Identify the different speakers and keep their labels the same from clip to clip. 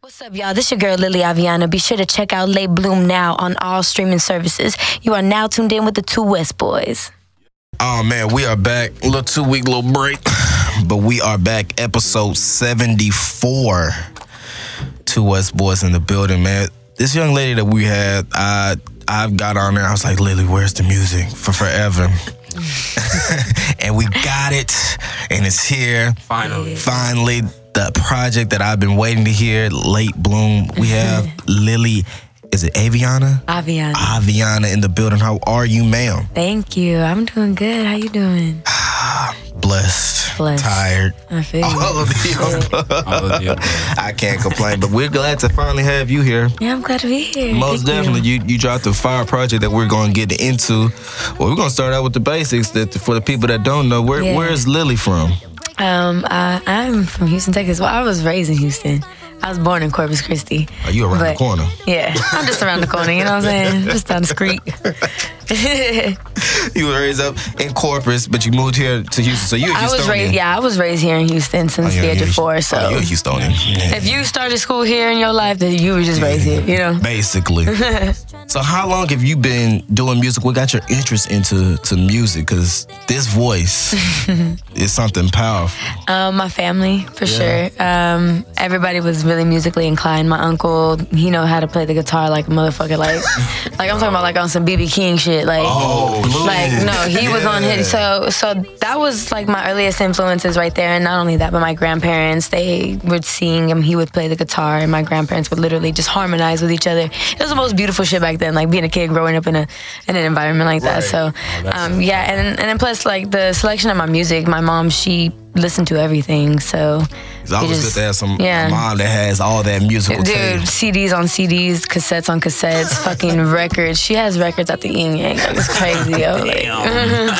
Speaker 1: What's up, y'all? This your girl Lily Aviana. Be sure to check out Late Bloom now on all streaming services. You are now tuned in with the two West Boys.
Speaker 2: Oh man, we are back. Little two week little break, but we are back. Episode seventy four. Two West Boys in the building, man. This young lady that we had, I I got on there. I was like, Lily, where's the music for forever? and we got it, and it's here.
Speaker 3: Finally.
Speaker 2: Finally, the project that I've been waiting to hear, Late Bloom. We have Lily. Is it Aviana?
Speaker 1: Aviana.
Speaker 2: Aviana in the building. How are you, ma'am?
Speaker 1: Thank you. I'm doing good. How you doing?
Speaker 2: Blessed,
Speaker 1: Blessed.
Speaker 2: tired.
Speaker 1: I feel you.
Speaker 2: All of the above.
Speaker 3: All of the above.
Speaker 2: I can't complain, but we're glad to finally have you here.
Speaker 1: Yeah, I'm glad to be here.
Speaker 2: Most
Speaker 1: Thank
Speaker 2: definitely, you. you dropped a fire project that we're going to get into. Well, we're going to start out with the basics. That for the people that don't know, where
Speaker 1: Yeah.
Speaker 2: where is Lily from?
Speaker 1: You. Um, uh, I'm from Houston, Texas. Well, I was raised in Houston. I was born in Corpus Christi.
Speaker 2: Are you around the
Speaker 1: But-
Speaker 2: corner?
Speaker 1: Yeah, I'm just around the corner. You know what I'm saying? Just down the street.
Speaker 2: You were raised up in Corpus, but you moved here to Houston. So you're a
Speaker 1: I was
Speaker 2: Houstonian.
Speaker 1: raised. Yeah, I was raised here in Houston
Speaker 2: Oh,
Speaker 1: since
Speaker 2: you're
Speaker 1: the
Speaker 2: a
Speaker 1: age of
Speaker 2: Houston-
Speaker 1: four.
Speaker 2: oh,
Speaker 1: So
Speaker 2: you're a Houstonian. Yeah.
Speaker 1: if you started school here in your life, then you were just raised here. You know.
Speaker 2: basically. so how long have you been doing music? What got your interest into to music? Because this voice is something powerful.
Speaker 1: Um, my family, for
Speaker 2: Yeah.
Speaker 1: sure. Um, everybody was really musically inclined. My uncle, he know how to play the guitar like a motherfucker. Like, like I'm talking about like on some BB King shit. Like,
Speaker 2: blues.
Speaker 1: like no, he was on his. So, so that was like my earliest influences right there. And not only that, but my grandparents, they would sing and he would play the guitar, and my grandparents would literally just harmonize with each other. It was the most beautiful shit back then. Like being a kid growing up in a in an environment like that.
Speaker 2: Right.
Speaker 1: So, um, yeah, and and then plus like the selection of my music, my mom she listened to everything. So,
Speaker 2: It's always
Speaker 1: It is-
Speaker 2: good to have some
Speaker 1: yeah.
Speaker 2: mom that has all that musical
Speaker 1: dude,
Speaker 2: taste.
Speaker 1: CDs on CDs, cassettes on cassettes, fucking records. She has records at the yin yang. Like, It's crazy. yo. Like,
Speaker 3: Oh,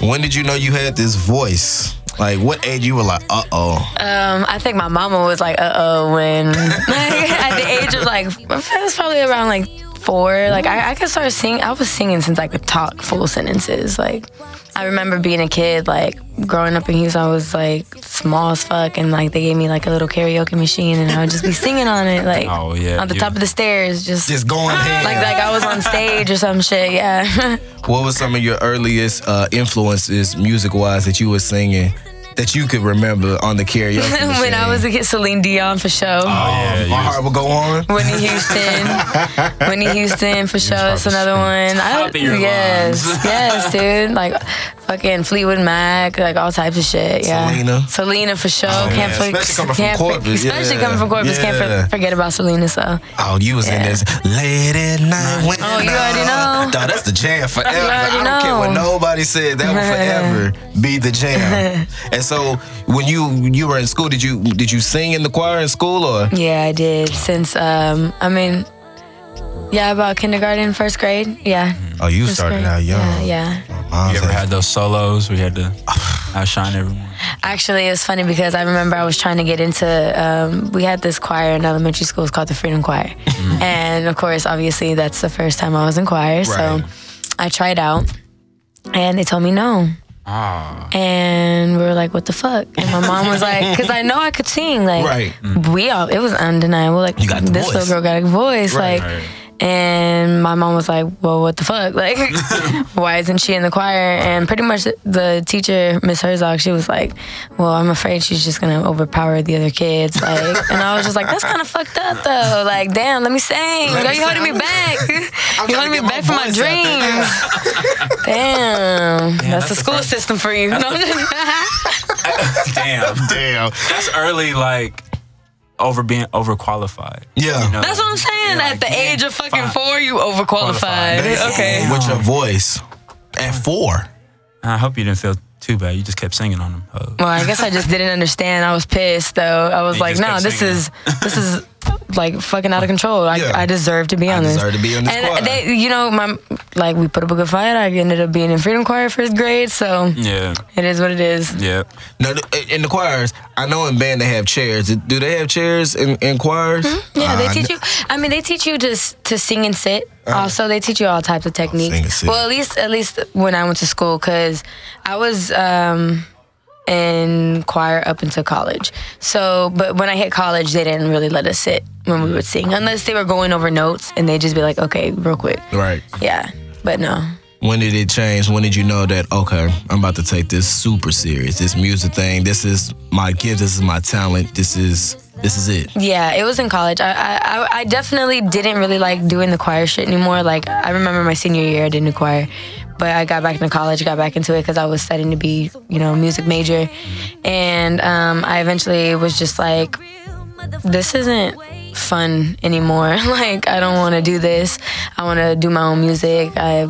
Speaker 2: When did you know you had this voice? Like what age you were like, uh oh.
Speaker 1: um, I think my mama was like, uh oh, when at the age of like, it was probably around like four. Like I, I could start singing. I was singing since I could talk full sentences. Like I remember being a kid, like growing up in Houston, I was like small as fuck, and like they gave me like a little karaoke machine, and I would just be singing on it, like
Speaker 3: Oh, yeah,
Speaker 1: on the
Speaker 3: you-
Speaker 1: top of the stairs, just.
Speaker 2: Just going ahead.
Speaker 1: like, like I was on stage or some shit, yeah.
Speaker 2: What was some of your earliest uh, influences music wise that you were singing that you could remember on the karaoke?
Speaker 1: when I
Speaker 2: machine?
Speaker 1: was a kid, Celine Dion for sure.
Speaker 3: Oh, yeah, you
Speaker 2: my heart would go on.
Speaker 1: Whitney Houston. Whitney Houston for sure. That's another one. I,
Speaker 3: Top of your
Speaker 1: yes, yes, dude. Like fucking Fleetwood Mac, like all types of shit. Yeah.
Speaker 2: Selena.
Speaker 1: Selena for sure.
Speaker 2: man,
Speaker 1: can't for-
Speaker 2: especially coming from
Speaker 1: can't for-
Speaker 2: Corpus,
Speaker 1: Especially
Speaker 2: yeah,
Speaker 1: coming from Corpus.
Speaker 2: yeah.
Speaker 1: Can't for- forget about Selena. So
Speaker 2: Oh, you was in
Speaker 1: Yeah.
Speaker 2: this late at night when
Speaker 1: Oh, you
Speaker 2: I-
Speaker 1: already know.
Speaker 2: Dawg, that's the jam forever. I
Speaker 1: already
Speaker 2: don't care what
Speaker 1: know.
Speaker 2: nobody said. That will forever be the jam. and so, when you you were in school, did you did you sing in the choir in school or?
Speaker 1: yeah, I did. Since um, I mean, yeah, about kindergarten, first grade. Yeah.
Speaker 2: Oh, you
Speaker 1: first grade. Mm-hmm. Yeah, yeah.
Speaker 2: Mom's
Speaker 3: ever
Speaker 2: like,
Speaker 3: had those solos? We had to outshine everyone.
Speaker 1: Actually, it's funny because I remember I was trying to get into. Um, we had this choir in elementary school. It's called the Freedom Choir, and of course, obviously, that's the first time I was in choir.
Speaker 2: Right.
Speaker 1: So I tried out, and they told me no.
Speaker 3: Ah,
Speaker 1: And we were like, "What the fuck?" And my mom was like, "Cause I know I could sing. Like,
Speaker 2: Right.
Speaker 1: we all it was undeniable. Like,
Speaker 2: got the
Speaker 1: this
Speaker 2: voice.
Speaker 1: little girl got a voice.
Speaker 2: Right.
Speaker 1: like, and my mom was like, "Well, what the fuck? Like, why isn't she in the choir?" And pretty much the teacher, Miss Herzog, she was like, "Well, I'm afraid she's just gonna overpower the other kids." Like, and I was just like, "That's kind of fucked up, though. Like, damn, let me sing.
Speaker 2: Let
Speaker 1: Girl,
Speaker 2: me
Speaker 1: you holding
Speaker 2: sing.
Speaker 1: me back.
Speaker 2: I'm
Speaker 1: you
Speaker 2: trying to
Speaker 1: holding
Speaker 2: get
Speaker 1: me back from my
Speaker 2: voice out there.
Speaker 1: dreams.
Speaker 2: Yeah.
Speaker 1: Damn,
Speaker 3: that's
Speaker 1: that's, the
Speaker 3: the
Speaker 1: school system for you." No,
Speaker 3: damn.
Speaker 2: Damn.
Speaker 3: That's early, like, over being overqualified.
Speaker 2: Yeah.
Speaker 3: You know?
Speaker 1: That's what I'm saying.
Speaker 3: Yeah,
Speaker 1: At the
Speaker 3: you
Speaker 1: age of fucking
Speaker 3: fi-
Speaker 1: four, you overqualified.
Speaker 3: Qualified.
Speaker 1: Okay.
Speaker 3: Damn.
Speaker 2: With your voice at four.
Speaker 3: I hope you didn't feel too bad. You just kept singing on them. hoes.
Speaker 1: Well, I guess I just didn't understand. I was pissed though. I was
Speaker 3: You
Speaker 1: like,
Speaker 3: just
Speaker 1: no,
Speaker 3: kept
Speaker 1: this
Speaker 3: singing.
Speaker 1: is this is like fucking out of control. I,
Speaker 2: Yeah.
Speaker 1: I deserve to be
Speaker 2: I
Speaker 1: on this.
Speaker 2: deserve to be on this
Speaker 1: And
Speaker 2: choir.
Speaker 1: they, you know, my like we put up a good fight. I ended up being in Freedom Choir first grade, so
Speaker 3: Yeah,
Speaker 1: it is what it is.
Speaker 3: yeah.
Speaker 2: No, th- in the choirs, I know in band they have chairs. Do they have chairs in, in choirs?
Speaker 1: Mm-hmm. Yeah, they
Speaker 2: Uh, Uh-huh.
Speaker 1: teach you. I mean, they teach you to s- to sing and sit. Also, they teach you all types of techniques.
Speaker 2: and Oh, sit.
Speaker 1: Well, at least at least when I went to school, because I was um, in choir up until college. So, but when I hit college, they didn't really let us sit when we would sing, unless they were going over notes and they'd just be like, okay, real quick.
Speaker 2: Right.
Speaker 1: Yeah, but no.
Speaker 2: When did it change? When did you know that, okay, I'm about to take this super serious, this music thing, this is my gift, this is my talent, this is this is it.
Speaker 1: Yeah, it was in college. I, I I- I definitely didn't really like doing the choir shit anymore. Like I remember my senior year, I did new choir, but I got back into college, got back into it because I was studying to be, you know, a music major, and um, I eventually was just like, this isn't fun anymore. like I don't want to do this. I want to do my own music. I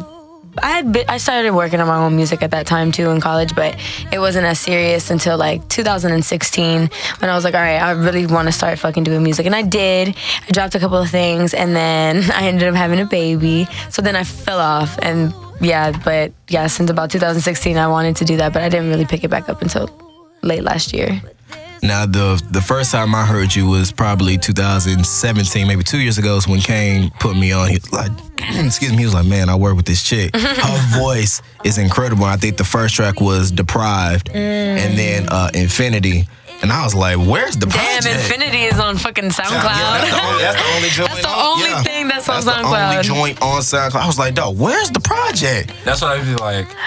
Speaker 1: I had been, I started working on my own music at that time too in college, but it wasn't as serious until like 2016 when I was like, all right, I really want to start fucking doing music, and I did. I dropped a couple of things, and then I ended up having a baby. So then I fell off, and yeah, but yeah, since about 2016, I wanted to do that, but I didn't really pick it back up until late last year.
Speaker 2: Now the the first time I heard you was probably 2017, maybe two years ago. Is when Kane put me on. He was like, excuse me, he was like, man, I work with this chick. Her voice is incredible. I think the first track was Deprived, and then uh, Infinity. And I was like, where's the
Speaker 1: Damn,
Speaker 2: project?
Speaker 1: Infinity is on fucking
Speaker 2: Yeah, that's, the
Speaker 1: SoundCloud.
Speaker 2: only, that's the only joint.
Speaker 1: That's the
Speaker 2: on-
Speaker 1: only thing that's on
Speaker 2: the
Speaker 1: SoundCloud.
Speaker 2: only joint on SoundCloud. I was like, dog, where's the project?
Speaker 3: That's what I'd be like.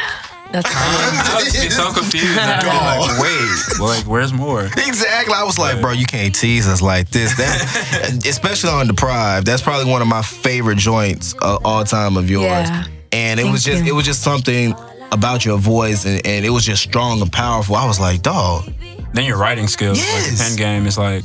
Speaker 1: That's
Speaker 3: I would be so confused. I'd be
Speaker 2: Dog,
Speaker 3: like,
Speaker 2: wait.
Speaker 3: "Well, like, where's more?
Speaker 2: Exactly. I was like, bro, you can't tease us like this. That, especially on Deprived. That's probably one of my favorite joints of all time of yours.
Speaker 1: Yeah.
Speaker 2: And it
Speaker 1: Thank
Speaker 2: was just
Speaker 1: you.
Speaker 2: it was just something about your voice and, and it was just strong and powerful. I was like, dog,
Speaker 3: Then your writing skills, like
Speaker 2: Yes.
Speaker 3: the pen game, is like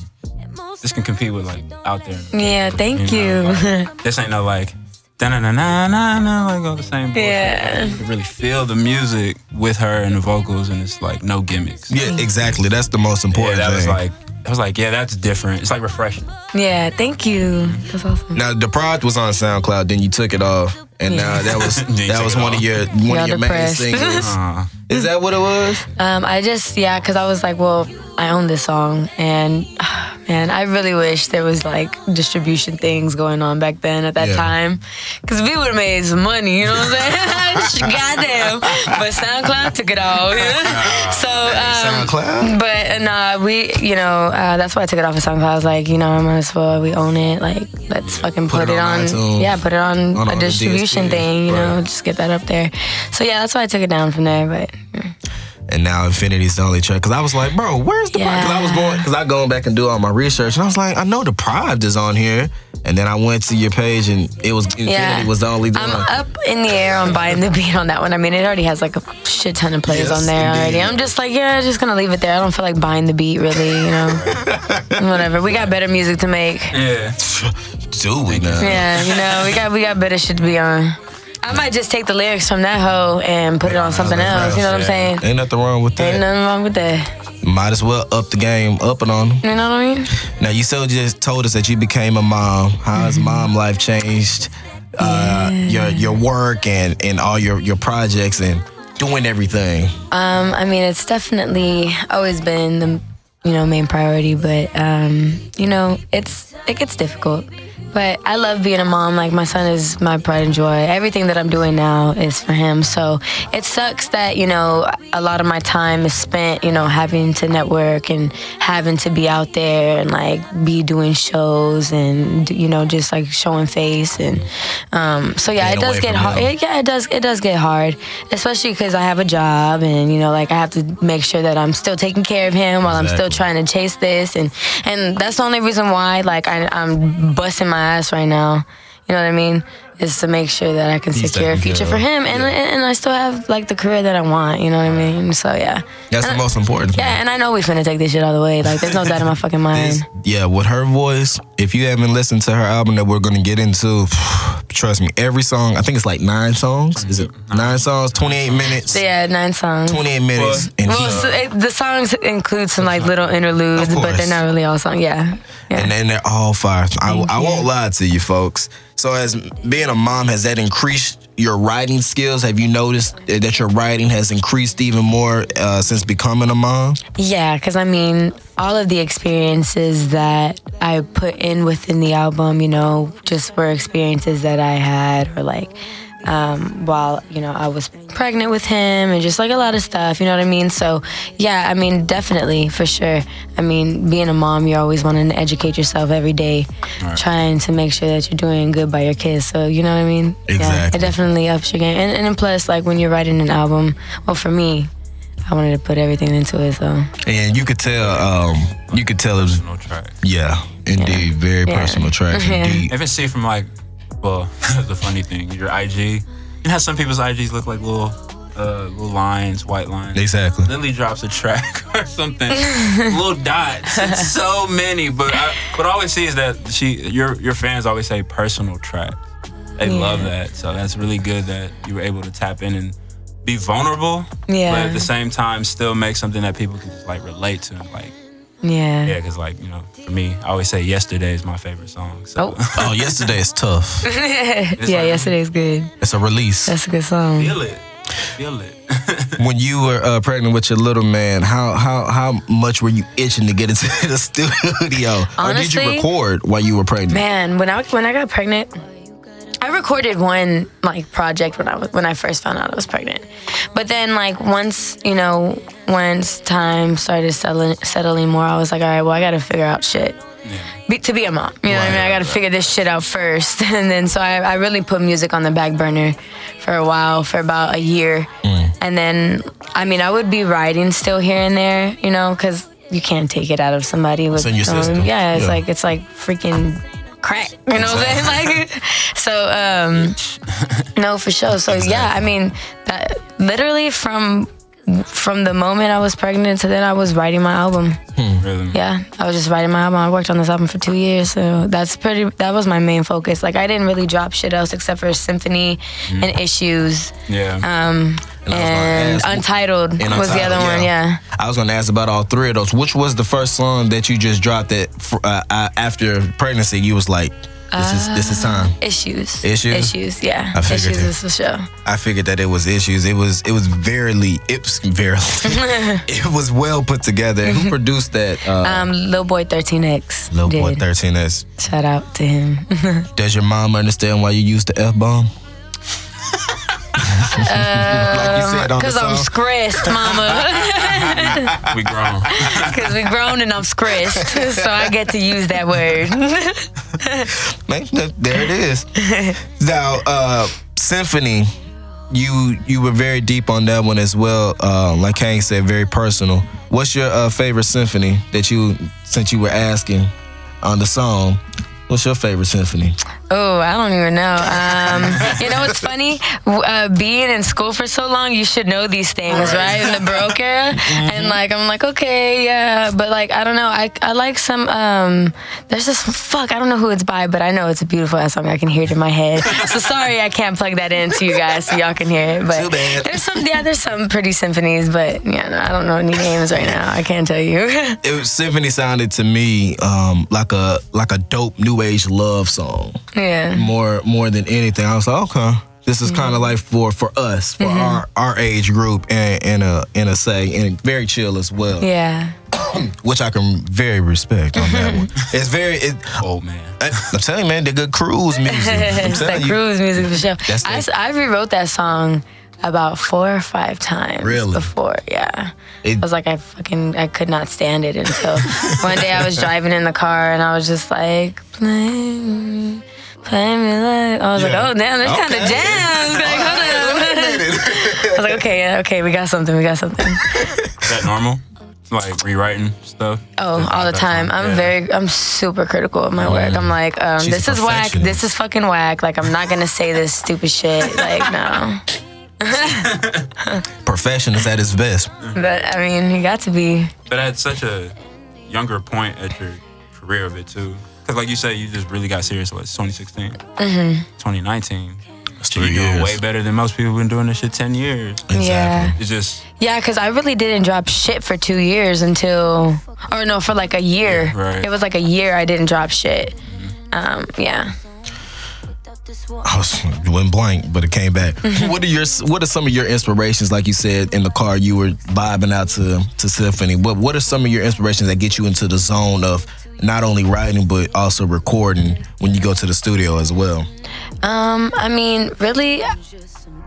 Speaker 3: this can compete with like out there.
Speaker 1: yeah. Thank
Speaker 3: You know,
Speaker 1: you.
Speaker 3: like, this ain't no like da na na na na na like all the same. bullshit.
Speaker 1: Yeah.
Speaker 3: Like, you can really feel the music with her and the vocals, and it's like no gimmicks.
Speaker 2: yeah, exactly. That's the most
Speaker 3: Yeah,
Speaker 2: important
Speaker 3: that was
Speaker 2: thing.
Speaker 3: like I was like, yeah, that's different. It's like refreshing.
Speaker 1: Yeah, thank you. That's awesome.
Speaker 2: now Deprived was on SoundCloud, then you took it off. And now that was
Speaker 3: You
Speaker 2: that
Speaker 3: took
Speaker 2: was
Speaker 3: it
Speaker 2: one
Speaker 3: off.
Speaker 2: of your one
Speaker 1: Y'all
Speaker 2: of your
Speaker 1: depressed. Uh-huh.
Speaker 2: main singles.
Speaker 3: Uh,
Speaker 2: Is that what it was?
Speaker 1: Um, I just yeah, cause I was like, well, I own this song, and ah, man, I really wish there was like distribution things going on back then at that
Speaker 2: Yeah.
Speaker 1: time, cause we would have made some money. You know what I'm saying? Goddamn. But SoundCloud took it all. so um,
Speaker 2: SoundCloud?
Speaker 1: But uh, nah, we, you know, uh, that's why I took it off of SoundCloud. I was like, you know, I might as well, we own it. Like, let's fucking
Speaker 2: Put
Speaker 1: put,
Speaker 2: it
Speaker 1: it,
Speaker 2: on
Speaker 1: on,
Speaker 2: iTunes,
Speaker 1: yeah, put it on,
Speaker 2: on all
Speaker 1: a
Speaker 2: the
Speaker 1: distribution
Speaker 2: DSPs,
Speaker 1: thing, you know,
Speaker 2: right.
Speaker 1: just get that up there. So yeah, that's why I took it down from there. But
Speaker 2: and now Infinity's the only track. Cause I was like, bro, where's the Because I was
Speaker 1: Yeah.
Speaker 2: going, because I going back and do all my research, and I was like, I know Deprived is on here, and then I went to your page, and it was Infinity
Speaker 1: yeah,
Speaker 2: was the only
Speaker 1: I'm
Speaker 2: one.
Speaker 1: up in the air on buying the beat on that one. I mean, it already has like a shit ton of plays
Speaker 2: Yes,
Speaker 1: on there already.
Speaker 2: indeed.
Speaker 1: I'm just like, yeah, just gonna leave it there. I don't feel like buying the beat really, you know. Whatever. We got better music to make.
Speaker 3: yeah.
Speaker 2: Do we now?
Speaker 1: Yeah, you know, we got we got better shit to be on. I might just take the lyrics from that hoe and put it on something
Speaker 2: that's
Speaker 1: else. You know what I'm
Speaker 3: right.
Speaker 1: saying?
Speaker 2: Ain't nothing wrong with
Speaker 1: Ain't
Speaker 2: that.
Speaker 1: nothing wrong with that.
Speaker 2: Might as well up the game, up and on them.
Speaker 1: You know what I mean?
Speaker 2: Now you so just told us that you became a mom. How's
Speaker 1: Mm-hmm.
Speaker 2: mom life changed? Uh, your your work and and all your your projects and doing everything.
Speaker 1: Um, I mean, it's definitely always been the you know main priority, but um, you know, it's it gets difficult. But I love being a mom. Like my son is my pride and joy. Everything that I'm doing now is for him. So it sucks that you know a lot of my time is spent you know having to network and having to be out there and like be doing shows and you know just like showing face and um, so yeah,
Speaker 2: Being
Speaker 1: it does
Speaker 2: away
Speaker 1: get
Speaker 2: from
Speaker 1: hard.
Speaker 2: him.
Speaker 1: It it- yeah, it does. It does get hard, especially because I have a job, and you know, like I have to make sure that I'm still taking care of him while I'm still
Speaker 2: Exactly.
Speaker 1: trying to chase this, and and that's the only reason why, like, I, I'm busting my ass right now. You know what I mean? Is to make sure that I can
Speaker 2: He's
Speaker 1: secure a
Speaker 2: taken
Speaker 1: future
Speaker 2: care
Speaker 1: for
Speaker 2: of.
Speaker 1: him, and and I still have like the career that I want. You know what I mean? So yeah,
Speaker 2: That's the most important. Thing.
Speaker 1: Uh, yeah, and I know we finna take this shit all the way. Like, there's no doubt in my fucking
Speaker 2: It's-
Speaker 1: mind.
Speaker 2: yeah, with her voice, if you haven't listened to her album that we're gonna get into, trust me, every song, I think it's like nine songs. Is it nine songs, 28 minutes?
Speaker 1: So yeah, nine songs.
Speaker 2: 28 minutes.
Speaker 3: Well,
Speaker 2: And,
Speaker 1: Well,
Speaker 2: she-
Speaker 1: so it, the songs include some like little interludes, but they're
Speaker 2: course.
Speaker 1: not really all songs. Yeah. yeah.
Speaker 2: and then they're all fire. I, I
Speaker 1: you.
Speaker 2: won't lie to you, folks. So, as being a mom, has that increased your writing skills? Have you noticed that your writing has increased even more uh, since becoming a mom?
Speaker 1: Yeah, because I mean, all of the experiences that I put in within the album, you know, just were experiences that I had or like um, while you know I was pregnant with him and just like a lot of stuff. You know what I mean? So yeah, I mean definitely for sure. I mean being a mom, you're always wanting to educate yourself every day,
Speaker 3: Right.
Speaker 1: trying to make sure that you're doing good by your kids. So you know what I mean? Yeah,
Speaker 2: Exactly.
Speaker 1: it definitely ups your game. And, and then plus like when you're writing an album, well for me, I wanted to put everything into it. So
Speaker 2: And you could tell, um, you could tell it was,
Speaker 3: No track.
Speaker 2: yeah, indeed, very
Speaker 1: Yeah. Mm-hmm.
Speaker 2: personal tracks,
Speaker 1: Yeah.
Speaker 2: indeed.
Speaker 3: If it's seen from like, well, that's the funny thing. Your IG, you know how some people's IGs look like little, uh, little lines, white lines.
Speaker 2: Exactly.
Speaker 3: Lily drops a track or something, little dots. It's so many, but I, what I always see is that she, your your fans always say personal track. They love that, so that's really good that you were able to tap in and be vulnerable, but
Speaker 1: Yeah.
Speaker 3: at the same time still make something that people can just like relate to, and like
Speaker 1: yeah.
Speaker 3: yeah, because like you know, for me, I always say yesterday is my favorite song. So.
Speaker 1: Oh.
Speaker 2: Oh, yesterday is tough.
Speaker 1: yeah,
Speaker 3: like-
Speaker 1: yesterday's good.
Speaker 2: It's a release.
Speaker 1: That's a good song.
Speaker 3: Feel it. Feel it.
Speaker 2: When you were uh, pregnant with your little man, how how how much were you itching to get into the studio? or did you
Speaker 1: Honestly-
Speaker 2: record while you were pregnant?
Speaker 1: Man, when I when I got pregnant, I recorded one like project when I was when I first found out I was pregnant. But then like once you know once time started settling settling more, I was like, all right, well I got to figure out shit. Be, to be a mom, you know what I mean? I got to figure this shit out first, and then so I, I really put music on the back burner for a while, for about a year,
Speaker 2: Mm.
Speaker 1: and then I mean I would be writing still here and there, you know, because you can't take it out of somebody with
Speaker 2: It's in your
Speaker 1: um,
Speaker 2: system.
Speaker 1: yeah, it's
Speaker 2: Yeah.
Speaker 1: like it's like freaking crack. You know what I'm saying? Like, so um, no, for sure. So yeah, I mean, that literally from from the moment I was pregnant to then, I was writing my album.
Speaker 3: Rhythm.
Speaker 1: Yeah, I was just writing my album. I worked on this album for two years, so that's pretty. That was my main focus. Like, I didn't really drop shit else except for Symphony and Issues.
Speaker 3: Yeah.
Speaker 1: Um,
Speaker 2: Mm-hmm. And
Speaker 1: and,
Speaker 2: I was gonna ask-
Speaker 1: Untitled was
Speaker 2: And
Speaker 1: the
Speaker 2: Untitled,
Speaker 1: other one. Yeah.
Speaker 2: I was gonna ask about all three of those. Which was the first song that you just dropped that fr- uh, uh, after pregnancy? You was like, this is this is time.
Speaker 1: Issues.
Speaker 2: Issues?
Speaker 1: Issues. Yeah.
Speaker 2: I figured
Speaker 1: Issues
Speaker 2: it.
Speaker 1: is for sure.
Speaker 2: I figured that it was issues. It was it was verily it was verily it was well put together. And Who produced that? Uh,
Speaker 1: Um, Lil Boy 13X.
Speaker 2: Lil Boy
Speaker 1: did.
Speaker 2: Thirteen. That's
Speaker 1: Shout out to him.
Speaker 2: Does your mom understand why you use the f bomb? like you said on the
Speaker 1: Uh, Cause I'm
Speaker 2: song.
Speaker 1: stressed, mama. Uh,
Speaker 3: we grown.
Speaker 1: Cause we grown and I'm stressed, so I get to use that word.
Speaker 2: Like, look, there it is. now, uh, symphony. You you were very deep on that one as well. Uh, like Kang said, very personal. What's your uh, favorite symphony that you since you were asking on the song? What's your favorite symphony?
Speaker 1: Oh, I don't even know. Um, you know what's funny? W- Uh, being in school for so long, you should know these things, right? In the broke era,
Speaker 2: Mm-hmm.
Speaker 1: and like I'm like, okay, yeah, but like I don't know. I, I like some. Um, there's this fuck. I don't know who it's by, but I know it's a beautiful ass song. I can hear it in my head. So sorry, I can't plug that in to you guys so y'all can hear it. But
Speaker 2: Too bad.
Speaker 1: there's some. Yeah, there's some pretty symphonies, but yeah, no, I don't know any names right now. I can't tell you.
Speaker 2: It was, symphony sounded to me um, like a like a dope new age love song.
Speaker 1: yeah.
Speaker 2: more more than anything. I was like, okay, this is kind of like for for us, for our our age group, and in a in a say, and very chill as well,
Speaker 1: Yeah.
Speaker 2: which I can very respect on that one. It's very. It,
Speaker 3: Old man.
Speaker 2: I, I'm telling you, man, the good cruise music. I'm
Speaker 1: it's
Speaker 2: telling
Speaker 1: that
Speaker 2: you.
Speaker 1: cruise music for sure.
Speaker 2: That's
Speaker 1: I,
Speaker 2: that-
Speaker 1: I rewrote that song about four or five times
Speaker 2: Really?
Speaker 1: before. Yeah.
Speaker 2: It-
Speaker 1: I was like, I fucking, I could not stand it until one day I was driving in the car and I was just like, play me, play me like. I was
Speaker 2: Yeah.
Speaker 1: like, oh damn, this kind
Speaker 2: Okay.
Speaker 1: of jams. Like, hold on. I was like, okay, yeah, okay, we got something, we got something.
Speaker 3: Is that normal? Like rewriting stuff?
Speaker 1: Oh,
Speaker 3: Just
Speaker 1: all the
Speaker 3: that
Speaker 1: time.
Speaker 3: song?
Speaker 1: I'm
Speaker 3: Yeah.
Speaker 1: very, I'm super critical of my work. I'm like, um,
Speaker 2: She's a
Speaker 1: this is whack. This is fucking whack. Like, I'm not gonna say this stupid shit. Like, no.
Speaker 2: Perfection is at its best.
Speaker 1: But I mean, you got to be.
Speaker 3: But at such a younger point at your career of it too. Because like you said, you just really got serious. Like 2016,
Speaker 1: Mm-hmm.
Speaker 3: 2019. So
Speaker 2: three
Speaker 3: you're doing
Speaker 2: years.
Speaker 3: way better than most people been doing this shit 10 years.
Speaker 1: Yeah.
Speaker 3: It's just
Speaker 1: Yeah, because I really didn't drop shit for two years until, or no, for like a year.
Speaker 3: Yeah, right.
Speaker 1: It was like a year I didn't drop shit. Um, yeah.
Speaker 2: I was it went blank, but it came back.
Speaker 1: Mm-hmm.
Speaker 2: what are your What are some of your inspirations? Like you said in the car, you were vibing out to to symphony. What What are some of your inspirations that get you into the zone of not only writing but also recording when you go to the studio as well?
Speaker 1: Um, I mean, really,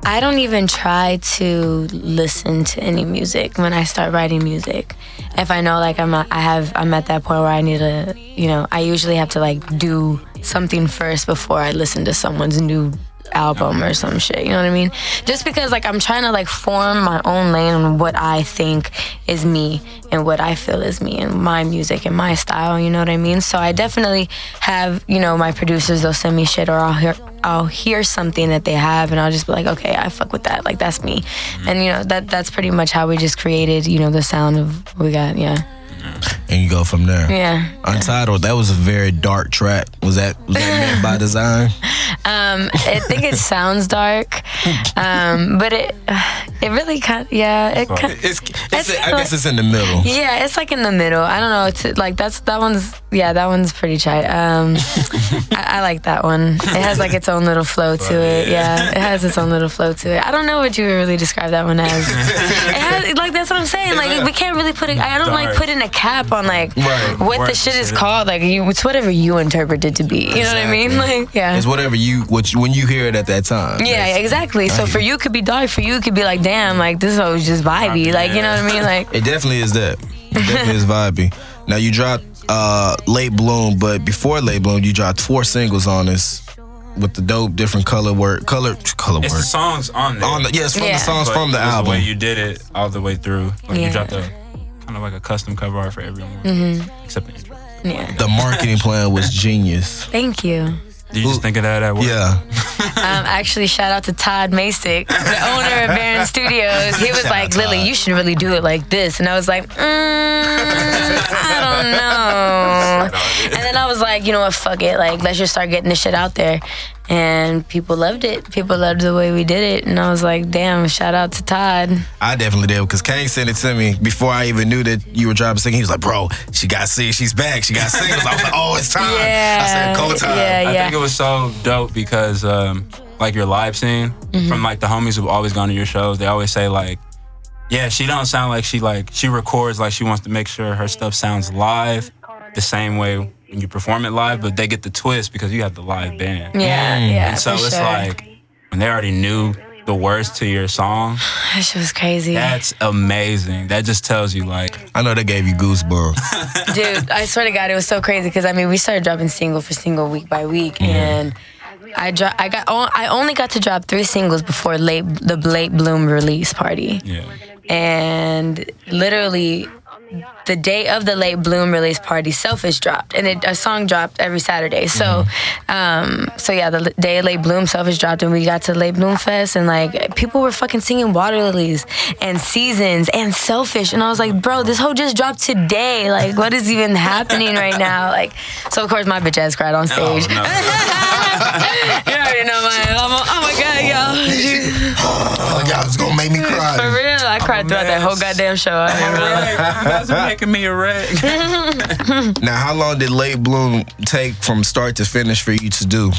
Speaker 1: I don't even try to listen to any music when I start writing music. If I know like I'm a, I have I'm at that point where I need to, you know, I usually have to like do something first before I listen to someone's new album or some shit, you know what I mean? Just because like I'm trying to like form my own lane on what I think is me and what I feel is me and my music and my style, you know what I mean? So I definitely have, you know, my producers they'll send me shit or I'll hear I'll hear something that they have and I'll just be like, okay, I fuck with that. Like that's me. And you know, that that's pretty much how we just created, you know, the sound of what we got, yeah.
Speaker 2: And you go from there.
Speaker 1: Yeah.
Speaker 2: Untitled, that was a very dark track. Was that was that meant by design?
Speaker 1: Um, I think it sounds dark, um, but it it really kind yeah it kind
Speaker 2: It's, it's
Speaker 1: It's
Speaker 2: I guess it's in the middle.
Speaker 1: yeah it's like in the middle. I don't know. It's like that's that one's yeah that one's pretty tight. Um, I, I like that one. It has like its own little flow to it. Yeah, it has its own little flow to it. I don't know what you would really describe that one as. It has like that's what I'm saying. Like we can't really put it. I don't like
Speaker 3: Dark.
Speaker 1: putting a cap on like
Speaker 2: Right.
Speaker 1: what the
Speaker 3: Words
Speaker 1: shit is
Speaker 3: to it.
Speaker 1: called. Like you, it's whatever you interpret it to be. You know what I mean?
Speaker 2: Exactly.
Speaker 1: Like yeah.
Speaker 2: It's whatever you what you, when you hear it at that time.
Speaker 1: Yeah, exactly. So for you it could be dark. For you it could be like, damn, like this is just vibey. Like you know what I mean? Like
Speaker 2: It definitely is that. It definitely is vibey. Now you dropped uh Late Bloom, but before Late Bloom, you dropped four singles on us with the dope different color work, color color
Speaker 3: It's the
Speaker 2: work.
Speaker 3: songs on there.
Speaker 2: On the, yes, from
Speaker 1: Yeah.
Speaker 2: the songs
Speaker 3: but
Speaker 2: from the
Speaker 3: it was The way
Speaker 2: album.
Speaker 3: you did it all the way through. Like
Speaker 1: Yeah.
Speaker 3: you dropped a kind of like a custom cover art for everyone
Speaker 1: Mm-hmm.
Speaker 3: except the intro.
Speaker 1: yeah.
Speaker 2: The marketing plan was genius.
Speaker 1: Thank you. Um,
Speaker 3: Did you just think of that at work?
Speaker 2: Yeah.
Speaker 1: actually, shout out to Todd Masick, the owner of Baron Studios. He was like, Lily, you should really do it like this. And I was like, mm, I don't know. And then I was like, you know what? Fuck it. Like, let's just start getting this shit out there. And people loved it. People loved the way we did it. And I was like, damn, shout out to Todd.
Speaker 2: I definitely did because Kane sent it to me before I even knew that you were dropping singing. He was like, "Bro, she got sick. She's back. She got singles." I was like, "Oh, it's time." I said, "Go
Speaker 1: Yeah,
Speaker 2: time."
Speaker 1: yeah.
Speaker 3: I think it was so dope because um, like your live scene
Speaker 1: Mm-hmm.
Speaker 3: from like the homies who've always gone to your shows, they always say like, yeah, she don't sound like she like she records like she wants to make sure her stuff sounds live the same way when you perform it live, but they get the twist because you have the live band.
Speaker 1: Yeah, yeah.
Speaker 3: and so
Speaker 1: for
Speaker 3: it's
Speaker 1: sure.
Speaker 3: like when they already knew the words to your song,
Speaker 1: That shit was crazy.
Speaker 3: that's amazing. That just tells you like
Speaker 2: I know that gave you goosebumps.
Speaker 1: Dude, I swear to God, it was so crazy because I mean, we started dropping single for single week by week, and I dro- I got on- I only got to drop three singles before late the late bloom release party,
Speaker 3: yeah.
Speaker 1: and literally. The day of the late bloom release party, Selfish dropped, and it, a song dropped every Saturday. So, um, so yeah, the l- day of late bloom, Selfish dropped, and we got to late bloom fest, and like people were fucking singing Water Lilies and Seasons and Selfish, and I was like, bro, this whole just dropped today. Like, what is even happening right now? Like, so of course my bitch ass cried on
Speaker 3: Oh,
Speaker 1: stage.
Speaker 3: no.
Speaker 1: You already know my. I'm all, oh my god, y'all.
Speaker 2: Oh, y'all was gonna make me
Speaker 1: For
Speaker 2: cry.
Speaker 1: real, I cried throughout that whole goddamn show. I ain't gonna lie.
Speaker 3: Right, you guys are making me a wreck.
Speaker 2: Now, how long did Late Bloom take from start to finish for you to do?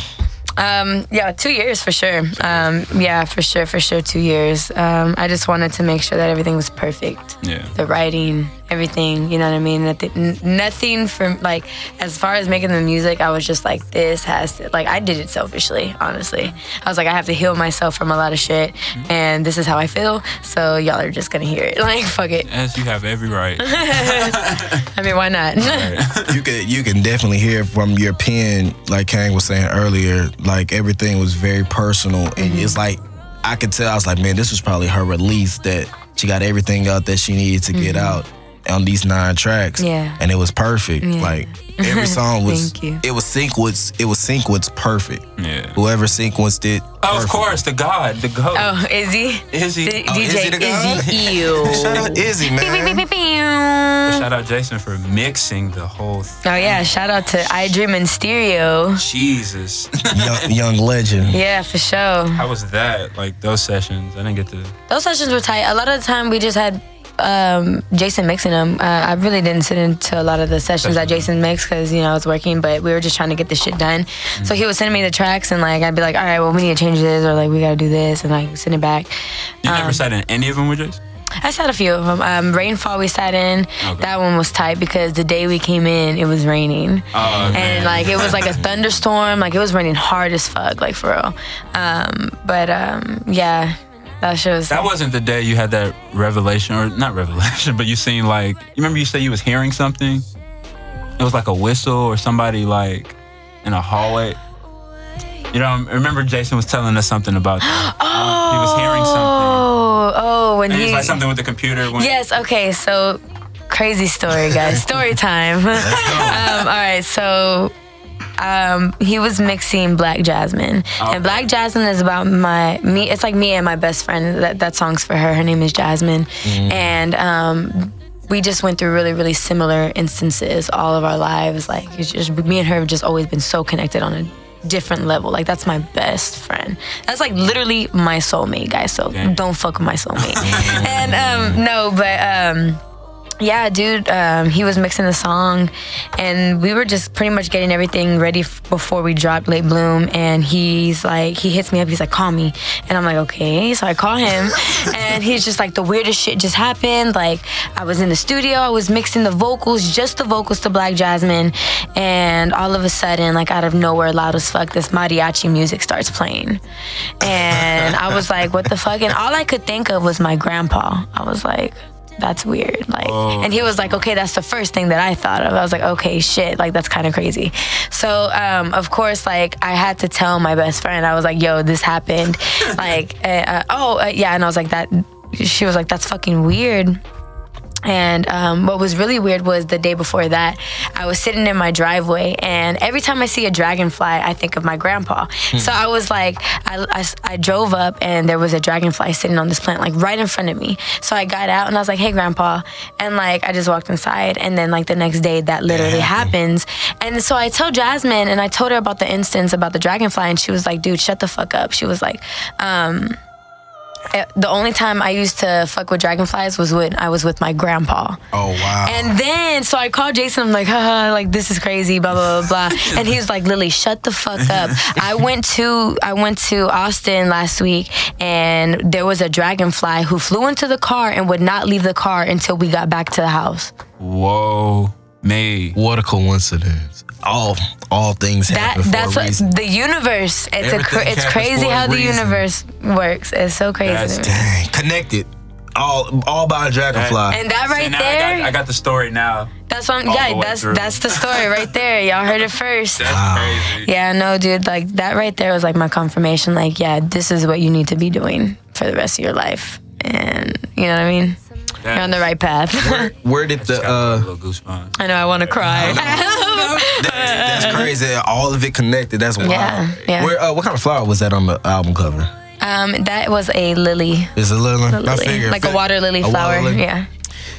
Speaker 1: Um, yeah, two years for sure. Um, yeah, for sure, for sure, two years. Um, I just wanted to make sure that everything was perfect.
Speaker 3: Yeah.
Speaker 1: The writing, everything, you know what I mean? Nothing, n- nothing from, like, as far as making the music, I was just like, this has to, like, I did it selfishly, honestly. I was like, I have to heal myself from a lot of shit, and this is how I feel, so y'all are just gonna hear it. Like, fuck it.
Speaker 3: As you have every right.
Speaker 1: I mean, why not?
Speaker 2: you can you can definitely hear from your pen, like Kang was saying earlier, like everything was very personal, and
Speaker 1: Mm-hmm.
Speaker 2: it's like I could tell. I was like, man, this was probably her release that she got everything out that she needed to get out on these nine tracks.
Speaker 1: Mm-hmm. Yeah.
Speaker 2: and it was perfect. Like every song was,
Speaker 1: Thank you.
Speaker 2: it was sequenced. It was sequenced perfect.
Speaker 3: Yeah.
Speaker 2: Whoever sequenced it,
Speaker 3: Oh, of
Speaker 2: perfect.
Speaker 3: course, the God, the GOAT.
Speaker 1: oh, Izzy?
Speaker 3: Izzy.
Speaker 1: D-
Speaker 2: Oh, Izzy
Speaker 1: DJ
Speaker 2: the God?
Speaker 1: Izzy, E ew.
Speaker 2: Shout out Izzy,
Speaker 1: Beep, beep,
Speaker 2: man.
Speaker 1: beep, beep, beep.
Speaker 3: Shout out Jason for mixing the whole thing.
Speaker 1: Oh yeah, shout out to I Dream in Stereo.
Speaker 3: Jesus.
Speaker 2: young, young legend.
Speaker 1: Yeah, for sure.
Speaker 3: How was that? Like those sessions. I didn't get to
Speaker 1: Those sessions were tight. A lot of the time we just had um, Jason mixing them. Uh, I really didn't sit into a lot of the sessions that Jason mixed because you know I was working, but we were just trying to get this shit done. So he would send me the tracks and like I'd be like, all right, well we need to change this or like we gotta do this and like send it back.
Speaker 3: You never sat in any of them with Jason?
Speaker 1: I sat a few of them. Um, Rainfall we sat in.
Speaker 3: Okay.
Speaker 1: That one was tight because the day we came in, it was raining.
Speaker 3: Oh,
Speaker 1: and
Speaker 3: man.
Speaker 1: like it was like a thunderstorm. Like it was raining hard as fuck, like for real. Um, but um, yeah, that shit was.
Speaker 3: That wasn't the day you had that revelation, or not revelation, but you seen like you remember you said you was hearing something. It was like a whistle or somebody like in a hallway. You know, I remember Jason was telling us something about that.
Speaker 1: oh,
Speaker 3: he was hearing something.
Speaker 1: Oh, oh, when
Speaker 3: And it
Speaker 1: he
Speaker 3: was like something with the computer. When,
Speaker 1: Yes, okay, so crazy story, guys. story time. um, all right, so um, he was mixing Black Jasmine.
Speaker 3: Okay.
Speaker 1: And Black Jasmine is about my me it's like me and my best friend. That that song's for her. Her name is Jasmine. And um we just went through really, really similar instances all of our lives. Like it's just me and her have just always been so connected on a different level. Like that's my best friend. That's like literally my soulmate, guys. So
Speaker 3: Damn.
Speaker 1: don't fuck with my soulmate. and um, no, but um, yeah, dude, um, he was mixing the song, and we were just pretty much getting everything ready f- before we dropped Late Bloom. And he's like, he hits me up. He's like, call me, and I'm like, okay. So I call him, and he's just like, the weirdest shit just happened. Like, I was in the studio, I was mixing the vocals, just the vocals to Black Jasmine, and all of a sudden, like out of nowhere, loud as fuck, this mariachi music starts playing, and I was like, what the fuck? And all I could think of was my grandpa. I was like that's weird. Like, and he was like, okay, that's the first thing that I thought of. I was like, okay, shit, like that's kind of crazy. So, um, of course, like I had to tell my best friend. I was like, yo, this happened. like, uh, uh, oh uh, yeah, and I was like that. She was like, that's fucking weird. And um, what was really weird was the day before that, I was sitting in my driveway, and every time I see a dragonfly, I think of my grandpa. So I was like, I, I s- I drove up, and there was a dragonfly sitting on this plant, like right in front of me. So I got out, and I was like, hey, grandpa. And like, I just walked inside, and then like the next day, that literally happens. And so I tell Jasmine, and I told her about the instance about the dragonfly, and she was like, dude, shut the fuck up. She was like, "Eh, the only time I used to fuck with dragonflies was when I was with my grandpa.
Speaker 2: Oh wow.
Speaker 1: And then, so I called Jason. I'm like, haha, like this is crazy, blah blah blah blah. and he was like, Lily, shut the fuck up. I went to I went to Austin last week, and there was a dragonfly who flew into the car and would not leave the car until we got back to the house.
Speaker 3: Whoa, me.
Speaker 2: what a coincidence. All all things
Speaker 1: That
Speaker 2: happen for
Speaker 1: that's
Speaker 2: a reason.
Speaker 1: what, the universe. It's a cr-
Speaker 2: Everything
Speaker 1: it's
Speaker 2: happens
Speaker 1: crazy
Speaker 2: for a
Speaker 1: how the
Speaker 2: reason.
Speaker 1: universe works. It's so crazy.
Speaker 3: That's
Speaker 1: to me.
Speaker 2: Dang, connected. All all by a dragonfly.
Speaker 1: And that right
Speaker 3: now I
Speaker 1: there,
Speaker 3: got, I got the story now.
Speaker 1: that's what I'm,
Speaker 3: all
Speaker 1: yeah,
Speaker 3: the way
Speaker 1: that's
Speaker 3: through.
Speaker 1: that's the story right there. Y'all heard it first.
Speaker 3: That's
Speaker 2: Wow.
Speaker 3: crazy.
Speaker 1: Yeah, no, dude, like that right there was like my confirmation. Like, yeah, this is what you need to be doing for the rest of your life. And you know what I mean?
Speaker 3: That-
Speaker 1: You're on the right path.
Speaker 2: Where did
Speaker 3: Just
Speaker 2: the
Speaker 3: got
Speaker 2: uh
Speaker 3: a little goosebumps.
Speaker 1: I know I want to cry. Uh-huh.
Speaker 2: that's crazy. All of it connected. That's wild.
Speaker 1: Yeah, yeah.
Speaker 2: Where uh, what kind of flower was that on the album cover?
Speaker 1: um, that was a lily.
Speaker 2: Is it lily?
Speaker 1: A
Speaker 2: I
Speaker 1: lily.
Speaker 2: figured.
Speaker 1: like a water lily
Speaker 2: A water
Speaker 1: flower.
Speaker 2: lily?
Speaker 1: Yeah.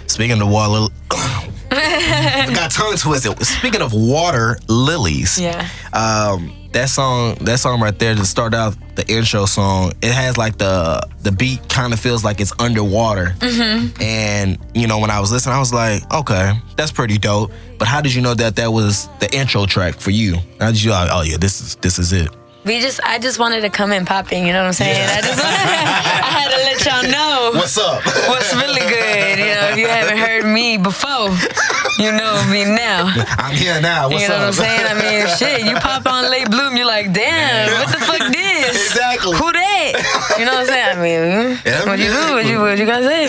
Speaker 2: Speaking of water, lily, got tongue twisted. Speaking of water lilies,
Speaker 1: Yeah.
Speaker 2: um, that song, that song right there to start out the intro song, it has like the the beat kind of feels like it's underwater. Mm-hmm. And you know, when I was listening, I was like, okay, that's pretty dope. But how did you know that that was the intro track for you? How did you? Like, oh yeah, this is this is it.
Speaker 1: We just, I just wanted to come in popping. You know what I'm saying? I just, I had to let y'all know.
Speaker 2: What's up?
Speaker 1: What's really good, you know, if you haven't heard me before, you know me now.
Speaker 2: I'm here now. What's
Speaker 1: You know
Speaker 2: up?
Speaker 1: what I'm saying? I mean, shit, you pop on late bloom, you're like, damn, what the fuck this?
Speaker 2: Exactly.
Speaker 1: Who that? You know what I'm saying? I mean,
Speaker 2: Yeah,
Speaker 1: what you do? What you what you gonna say?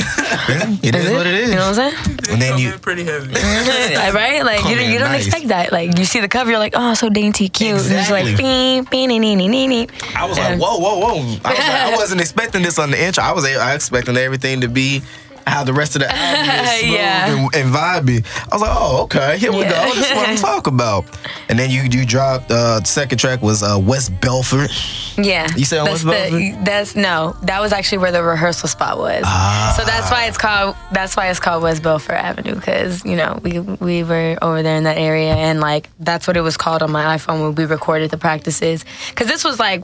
Speaker 2: It is what it is.
Speaker 1: You know what I'm saying?
Speaker 2: and then you.
Speaker 3: pretty heavy.
Speaker 1: Like, right? Like you,
Speaker 2: Come
Speaker 1: don't- you
Speaker 2: in
Speaker 1: don't
Speaker 2: nice.
Speaker 1: expect that. Like you see the cover, you're like, oh, so dainty, cute. And it's
Speaker 2: Exactly.
Speaker 1: like, bing, bing, nee, nee, nee, nee.
Speaker 2: I was like, whoa, whoa, whoa. I, was like, I wasn't expecting this on the intro. I was I was expecting everything to be how the rest of the album is smooth
Speaker 1: Yeah.
Speaker 2: and, and vibey. I was like, oh, okay, here we
Speaker 1: Yeah.
Speaker 2: go. This is what I'm talking about. And then you you dropped uh, the second track was uh, West Belford.
Speaker 1: Yeah.
Speaker 2: You said on
Speaker 1: that's
Speaker 2: West
Speaker 1: the, that's no. That was actually where the rehearsal spot was. So that's why it's called that's why it's called West Belfort Avenue because you know we we were over there in that area and like that's what it was called on my iPhone when we recorded the practices because this was like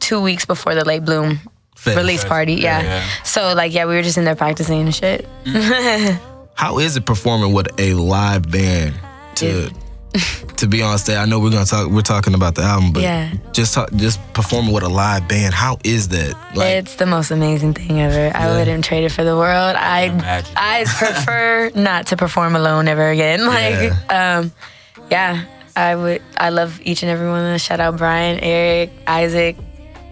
Speaker 1: two weeks before the late bloom
Speaker 2: Fest.
Speaker 1: release party.
Speaker 3: Yeah,
Speaker 1: Yeah.
Speaker 3: yeah.
Speaker 1: So like yeah, we were just in there practicing and shit.
Speaker 2: How is it performing with a live band to to be on stage. I know we're gonna talk. We're talking about the album, but
Speaker 1: Yeah.
Speaker 2: just talk, just performing with a live band. How is that? Like,
Speaker 1: It's the most amazing thing ever. I wouldn't trade it for the world. I
Speaker 3: Imagine.
Speaker 1: I prefer not to perform alone ever again. Like um yeah, I would I love each and every one of them. Shout out Brian, Eric, Isaac,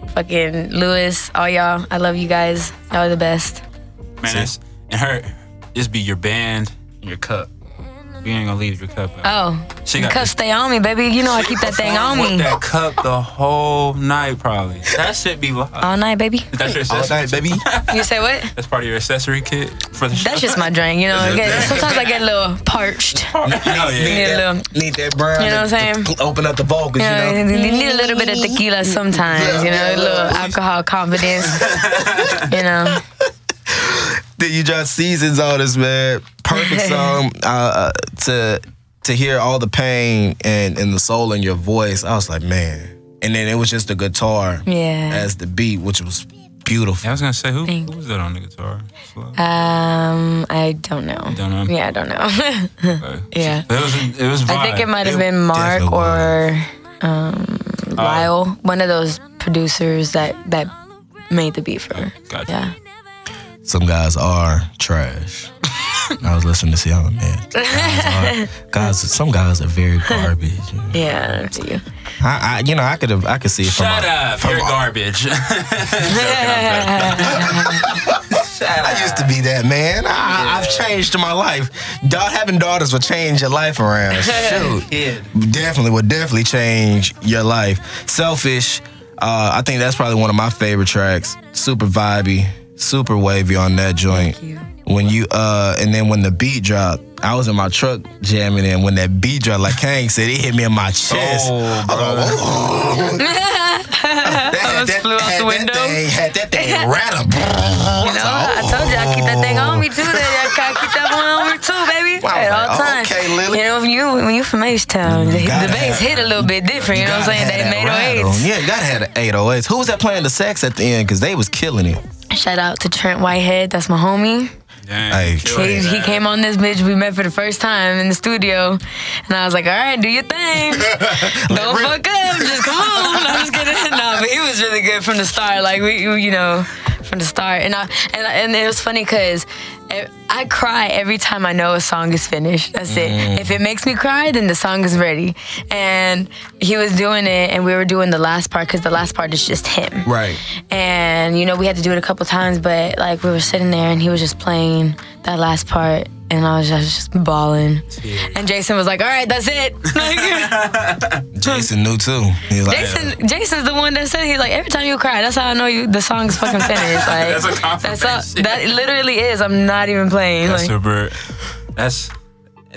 Speaker 1: fucking Lewis, all y'all. I love you guys. Y'all are the best.
Speaker 3: Man, that's, and her, just be your band and your cup. You ain't gonna leave your cup out.
Speaker 1: Oh.
Speaker 3: She got
Speaker 1: Cuffs
Speaker 3: this-
Speaker 1: stay on me, baby. You know I keep that thing on
Speaker 3: With
Speaker 1: me.
Speaker 3: that cup the whole night, probably. That should be live.
Speaker 1: All night, baby.
Speaker 3: that's your
Speaker 2: all
Speaker 3: accessory.
Speaker 2: night, baby.
Speaker 1: You say what?
Speaker 3: That's part of your accessory kit for the show.
Speaker 1: That's just my drink, you know. I get- sometimes I get a little parched.
Speaker 3: oh,
Speaker 1: Need
Speaker 3: yeah.
Speaker 1: a
Speaker 2: that-
Speaker 1: little-
Speaker 2: need that brown.
Speaker 1: You know what I'm
Speaker 2: to- to Open up the vocals.
Speaker 1: You know,
Speaker 2: You know.
Speaker 1: you Uh, need a little bit of tequila sometimes, you know, a little alcohol confidence, you know.
Speaker 2: Did you drop seasons on this man? Perfect song uh, to to hear all the pain and and the soul in your voice. I was like, man. And then it was just the guitar
Speaker 1: Yeah.
Speaker 2: as the beat, which was beautiful.
Speaker 3: I was gonna say who,
Speaker 1: Thank
Speaker 3: who was that on the guitar? Slow.
Speaker 1: Uh, Um, I don't know.
Speaker 3: Don't know.
Speaker 1: Yeah, I don't know.
Speaker 3: Okay.
Speaker 1: yeah.
Speaker 3: Uh, It was it was
Speaker 1: I think it
Speaker 3: vibe.
Speaker 1: might have
Speaker 2: It
Speaker 1: been Mark
Speaker 2: definitely
Speaker 1: or
Speaker 3: Oh.
Speaker 1: um, Lyle, one of those producers that that made the beat for. her.
Speaker 3: Gotcha.
Speaker 1: Yeah.
Speaker 2: Some guys are trash. I was listening to see how man. Guys, are, guys, some guys are very garbage. you know.
Speaker 1: Yeah, I don't see you.
Speaker 2: I, I, you know, I could have, I could see it from.
Speaker 3: Shut
Speaker 2: a-
Speaker 3: up!
Speaker 2: from
Speaker 3: You're
Speaker 2: a-
Speaker 3: garbage.
Speaker 2: I used to be that man. I, I've changed my life. Da- having daughters will change your life around. Shoot,
Speaker 3: Kid.
Speaker 2: definitely will definitely change your life. Selfish. Uh, I think that's probably one of my favorite tracks. Super vibey, super wavy on that joint.
Speaker 1: you.
Speaker 2: When you uh, and then when the beat dropped, I was in my truck jamming, and when that beat dropped, like Kang said, it hit me in my chest.
Speaker 3: Oh,
Speaker 2: I was like, "Whoa."
Speaker 1: Almost flew out
Speaker 2: had
Speaker 1: the window.
Speaker 2: That thing, had that thing rattled. Oh,
Speaker 1: You know, I told you I keep that thing on me too. Baby. I I keep that one on me too, baby,
Speaker 2: Wow,
Speaker 1: at all
Speaker 2: like,
Speaker 1: times.
Speaker 2: okay, Lily.
Speaker 1: You know, when you when you from H Town, the,
Speaker 2: gotta
Speaker 1: the bass
Speaker 2: have-
Speaker 1: hit a little bit different. You know what I'm saying? They made
Speaker 2: rattle.
Speaker 1: waves.
Speaker 2: Yeah, gotta have the 808s. Who was that playing the sax at the end? Because they was killing it.
Speaker 1: Shout out to Trent Whitehead, that's my homie.
Speaker 3: Dang,
Speaker 2: Hey,
Speaker 3: killed
Speaker 2: Trey,
Speaker 1: He,
Speaker 3: that.
Speaker 1: he came on this bitch. We met for the first time in the studio, and I was like, "All right, do your thing. Don't fuck up. Just come on." I'm just kidding. No, but he was really good from the start. Like we, we- you know, from the start. And I and and it was funny because. I cry every time I know a song is finished. That's it. If it makes me cry, then the song is ready. And he was doing it, and we were doing the last part because the last part is just him
Speaker 2: Right.
Speaker 1: and you know we had to do it a couple times but like we were sitting there and he was just playing that last part and i was just, I was just bawling and jason was like all right that's it like,
Speaker 2: Jason knew too. He was like,
Speaker 1: jason jason's the one that said he's like every time you cry that's how i know you the song's fucking finished like
Speaker 3: That's a
Speaker 1: all,
Speaker 3: confirmation.
Speaker 1: that literally is i'm not even playing
Speaker 3: That's
Speaker 1: like
Speaker 3: super. That's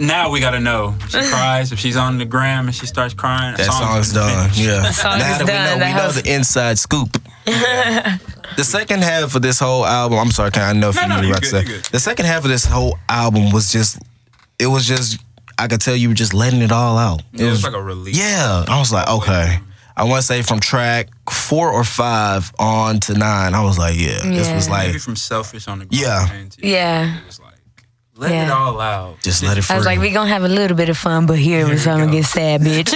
Speaker 3: now we gotta know. She cries if she's on the gram and she starts crying.
Speaker 2: that song's done. Yeah.
Speaker 1: song
Speaker 2: now
Speaker 1: is
Speaker 2: that
Speaker 1: done.
Speaker 2: we know, we
Speaker 1: That
Speaker 2: know
Speaker 1: house-
Speaker 2: the inside scoop. the second half of this whole album, I'm sorry, can I know if
Speaker 3: No,
Speaker 2: you
Speaker 3: no,
Speaker 2: knew
Speaker 3: you
Speaker 2: about
Speaker 3: good,
Speaker 2: to say.
Speaker 3: you good.
Speaker 2: The second half of this whole album was just, it was just, I could tell you were just letting it all out.
Speaker 3: It was like a release.
Speaker 2: Yeah. I was like, okay. I want to say from track four or five on to nine, I was like, yeah, this
Speaker 1: Yeah.
Speaker 2: was like,
Speaker 3: Maybe from selfish on the gram.
Speaker 2: Yeah.
Speaker 3: man, too.
Speaker 1: yeah
Speaker 3: It's like let it
Speaker 1: Yeah.
Speaker 3: all out.
Speaker 2: just let it free.
Speaker 1: i was like we gonna have a little bit of fun but here we're gonna
Speaker 3: go.
Speaker 1: get sad bitch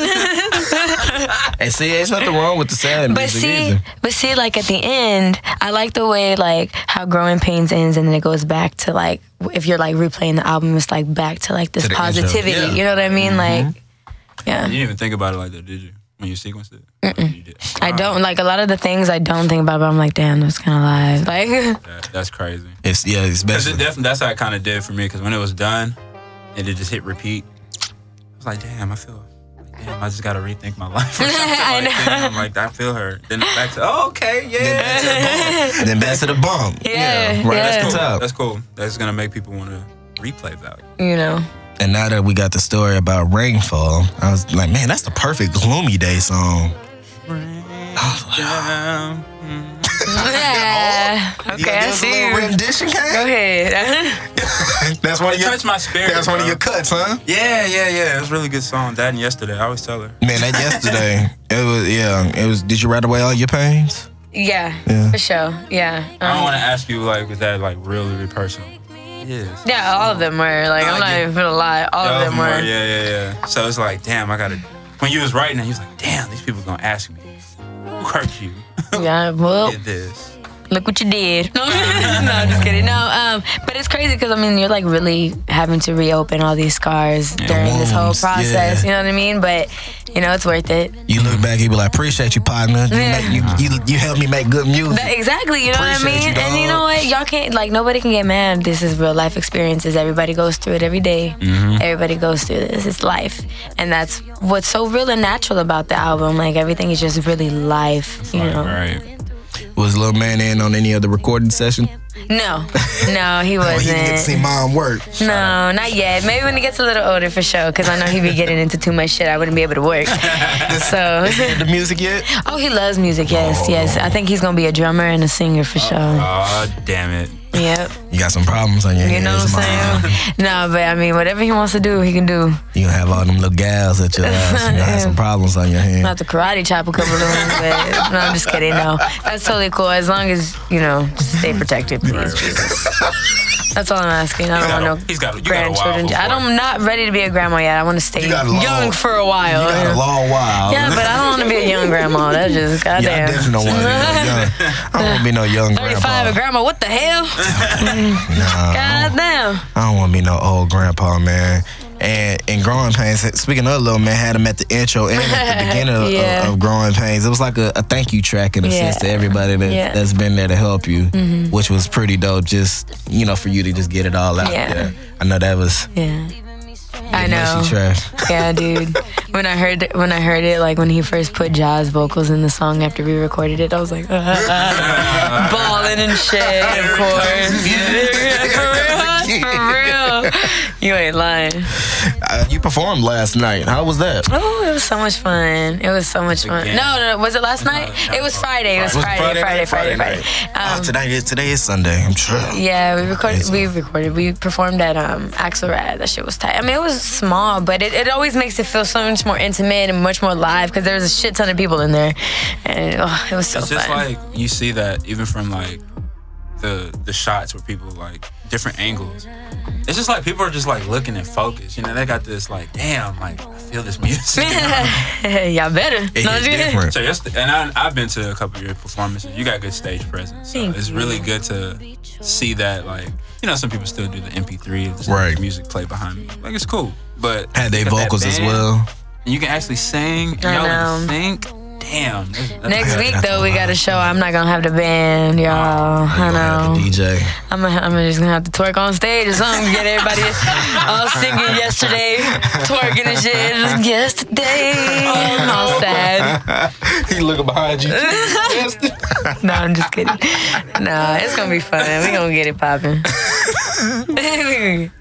Speaker 2: And see, there's nothing wrong with the sad
Speaker 1: But
Speaker 2: music
Speaker 1: see,
Speaker 2: either.
Speaker 1: but see, like at the end, I like the way like how growing pains ends, and then it goes back to like if you're like replaying the album, it's like back to like this
Speaker 2: To the intro.
Speaker 1: positivity.
Speaker 2: Yeah. Mm-hmm.
Speaker 1: You know what I mean? Like, yeah.
Speaker 3: You didn't even think about it like that, did you? When you sequenced it, You did.
Speaker 1: I don't like a lot of the things I don't think about, but I'm like, damn, that's kind of live. Like,
Speaker 3: That- that's crazy.
Speaker 2: It's yeah,
Speaker 3: Because it
Speaker 2: especially
Speaker 3: definitely that's how it kind of did for me. Because when it was done, and it just hit repeat, I was like, damn, I feel. like, Damn, I just gotta rethink my life. Or something
Speaker 1: I
Speaker 3: like,
Speaker 1: know.
Speaker 3: damn, like I feel her. Then back to oh, okay,
Speaker 2: back
Speaker 3: yeah.
Speaker 2: and then back to the bump.
Speaker 1: Yeah,
Speaker 2: right
Speaker 1: yeah.
Speaker 2: at
Speaker 3: Cool.
Speaker 2: the top.
Speaker 3: That's cool. That's gonna make people want to replay value.
Speaker 1: you know,
Speaker 2: And now that we got the story about rainfall, I was like, man, that's the perfect gloomy day song. Oh,
Speaker 3: Damn.
Speaker 1: yeah. Okay,
Speaker 2: You gonna
Speaker 1: I
Speaker 2: give us a
Speaker 1: see
Speaker 2: little
Speaker 1: you.
Speaker 2: rendition,
Speaker 1: Go
Speaker 2: Kat?
Speaker 1: ahead.
Speaker 2: That's one of your.
Speaker 3: Touch my spirit.
Speaker 2: That's one of
Speaker 3: bro.
Speaker 2: your cuts, huh?
Speaker 3: Yeah, yeah, yeah. It was a really good song. That and yesterday. I always tell her.
Speaker 2: Man, that yesterday, it was yeah, it was. Did you write away all your pains?
Speaker 1: yeah,
Speaker 2: Yeah.
Speaker 1: for sure. Yeah.
Speaker 3: I don't
Speaker 1: Um,
Speaker 3: want to ask you like, was that like really, really personal? Yes.
Speaker 1: Yeah, all of them were. Like,
Speaker 3: No,
Speaker 1: I'm
Speaker 3: I
Speaker 1: not
Speaker 3: get-
Speaker 1: even gonna lie. All of them
Speaker 3: Baltimore,
Speaker 1: were.
Speaker 3: Yeah, yeah, yeah. So it's like, damn, I gotta. When you was writing, it, you was like, damn, these people gonna ask me, who hurt you?
Speaker 1: Yeah, well,
Speaker 3: Did this?
Speaker 1: look what you did. No, I'm just kidding. No, um, but it's crazy because I mean, you're like really having to reopen all these scars during this whole
Speaker 2: wounds,
Speaker 1: process.
Speaker 2: yeah.
Speaker 1: You know what I mean? But you know, it's worth it.
Speaker 2: You look back, you be like, appreciate you, partner. You,
Speaker 1: Yeah.
Speaker 2: make, you, you, you helped me make good music.
Speaker 1: That- exactly. You know what I
Speaker 2: Appreciate
Speaker 1: mean?
Speaker 2: you,
Speaker 1: and you
Speaker 2: dog.
Speaker 1: know what? Y'all can't like nobody can get mad. This is real life experiences. Everybody goes through it every day.
Speaker 2: Mm-hmm.
Speaker 1: Everybody goes through this. It's life, and that's what's so real and natural about the album. Like everything is just really life. You know?
Speaker 3: All right.
Speaker 2: Was Lil Man in on any other recording session?
Speaker 1: No, no, he
Speaker 2: Oh, he didn't get to see
Speaker 1: wasn't.
Speaker 2: mom work.
Speaker 1: No, not yet. Maybe when he gets a little older for sure, because I know he'd be getting into too much shit. I wouldn't be able to work. So,
Speaker 2: Hear the music yet?
Speaker 1: oh, he loves music. Yes, yes. I think he's gonna be a drummer and a singer for sure.
Speaker 3: Oh damn it.
Speaker 1: Yep.
Speaker 2: You got some problems on your
Speaker 1: You
Speaker 2: hands,
Speaker 1: know what
Speaker 2: mom.
Speaker 1: I'm saying? no, but I mean, whatever he wants to do, he can do.
Speaker 2: You gonna have all them little gals at your ass. You gonna have some problems on your hands.
Speaker 1: Not the karate chop a couple of them, but no, I'm just kidding. No, that's totally cool. As long as you know, just stay protected, please. Jesus. That's all I'm asking. I don't
Speaker 3: got
Speaker 1: want
Speaker 3: a-
Speaker 1: no
Speaker 3: he's got a- you got a while
Speaker 1: grandchildren. I
Speaker 3: before.
Speaker 1: don't. am not ready to be a grandma yet. I want to stay
Speaker 2: You got a long-
Speaker 1: young for a while.
Speaker 2: You got a long while.
Speaker 1: yeah, but I don't want to be a young grandma. That's just
Speaker 2: Yeah, I
Speaker 1: goddamn.
Speaker 2: definitely don't want to be no young. I don't want to be no young
Speaker 1: 35
Speaker 2: grandpa.
Speaker 1: and grandma, what the hell?
Speaker 2: Nah,
Speaker 1: Goddamn.
Speaker 2: I don't want to be no old grandpa, man. And and growing pains. Speaking of little man, had him at the intro and at the beginning of,
Speaker 1: Yeah.
Speaker 2: of, of growing pains. It was like a, a thank you track in a
Speaker 1: Yeah.
Speaker 2: sense to everybody that,
Speaker 1: Yeah. Mm-hmm.
Speaker 2: that's been there to help you, which was pretty dope. Just you know, for you to just get it all out
Speaker 1: Yeah.
Speaker 2: there. I know that was
Speaker 1: Yeah. I know.
Speaker 2: messy trash.
Speaker 1: Yeah, dude. When I heard when I heard it, like when he first put Jaws vocals in the song after we recorded it, I was like, balling and shit. Of course, for real, for real. You ain't lying.
Speaker 2: Uh, you performed last night. How was that?
Speaker 1: Oh, it was so much fun. It was so much fun.
Speaker 3: Again.
Speaker 1: No, no, was it last night? It was Friday. It was
Speaker 2: Was it
Speaker 1: Friday, Friday,
Speaker 2: night?
Speaker 1: Friday, Friday.
Speaker 2: night. oh,
Speaker 1: Um,
Speaker 2: today is today is Sunday. I'm sure.
Speaker 1: Yeah, we recorded.
Speaker 2: Amazing.
Speaker 1: We recorded. We performed at um, Axelrad. That shit was tight. I mean, it was small, but it, it always makes it feel so much more intimate and much more live because there was a shit ton of people in there, and oh, it was so
Speaker 3: It's
Speaker 1: fun.
Speaker 3: just like you see that even from like the the shots where people like different angles. It's just like people are just like looking and focused. You know, they got this like, damn, like I feel this music.
Speaker 1: Y'all better.
Speaker 2: It hit different.
Speaker 3: So yes, and I, I've been to a couple of your performances. You got good stage presence. So
Speaker 1: Thank
Speaker 3: it's
Speaker 1: you.
Speaker 3: really good to see that. Like you know, some people still do the MP3, of just
Speaker 2: Right.
Speaker 3: Music play behind me. Like it's cool, but
Speaker 2: Had they
Speaker 3: you got that
Speaker 2: vocals as
Speaker 3: band,
Speaker 2: well.
Speaker 3: And you can actually sing. And
Speaker 1: I
Speaker 3: y'all
Speaker 1: know.
Speaker 3: can think. Damn. that's- that's-
Speaker 1: Next
Speaker 2: Yeah,
Speaker 1: week
Speaker 2: that's
Speaker 1: though,
Speaker 2: a
Speaker 1: we
Speaker 2: lot.
Speaker 1: got a show. I'm not gonna have the band, y'all. I
Speaker 2: Gonna have
Speaker 1: know.
Speaker 2: the DJ.
Speaker 1: I'm, gonna, I'm just gonna have to twerk on stage or something. Get everybody all singing yesterday, twerking and shit. Yesterday,
Speaker 3: Oh,
Speaker 1: all sad.
Speaker 2: he looking behind you.
Speaker 1: No, I'm just kidding. Nah, it's gonna be fun. We gonna get it popping.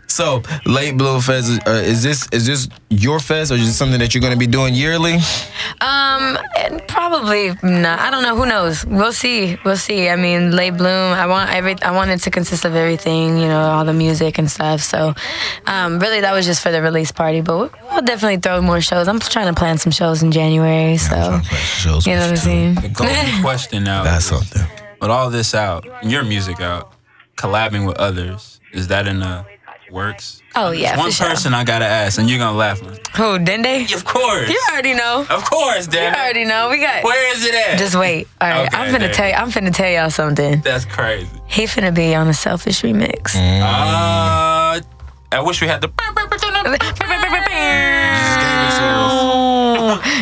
Speaker 2: so late blue fest is- uh, is this is this your fest or is this something that you're gonna be doing yearly?
Speaker 1: um, and probably not. I don't know. Who knows? We'll see. We'll see. I mean, late bloom. I want every. I want it to consist of everything. You know, all the music and stuff. So, um, really, that was just for the release party. But we'll, we'll definitely throw more shows. I'm trying to plan some shows in January. So,
Speaker 2: Shows
Speaker 1: you know what I'm saying?
Speaker 3: The golden question now.
Speaker 2: That's
Speaker 3: is,
Speaker 2: something.
Speaker 3: With all this out, and your music out, collabing with others, is that in the works?
Speaker 1: Oh yeah,
Speaker 3: One
Speaker 1: for sure.
Speaker 3: person I gotta ask, and you're gonna laugh. Like,
Speaker 1: Who? Dende?
Speaker 3: of course.
Speaker 1: You already know.
Speaker 3: Of course,
Speaker 1: You
Speaker 3: damn. it.
Speaker 1: already know. We got.
Speaker 3: Where is it at?
Speaker 1: Just wait. All right.
Speaker 3: Okay,
Speaker 1: I'm
Speaker 3: there
Speaker 1: finna
Speaker 3: you
Speaker 1: tell you. I'm finna tell y'all something.
Speaker 3: That's crazy.
Speaker 1: He finna be on a selfish remix.
Speaker 3: Mm. Uh, I wish we had the.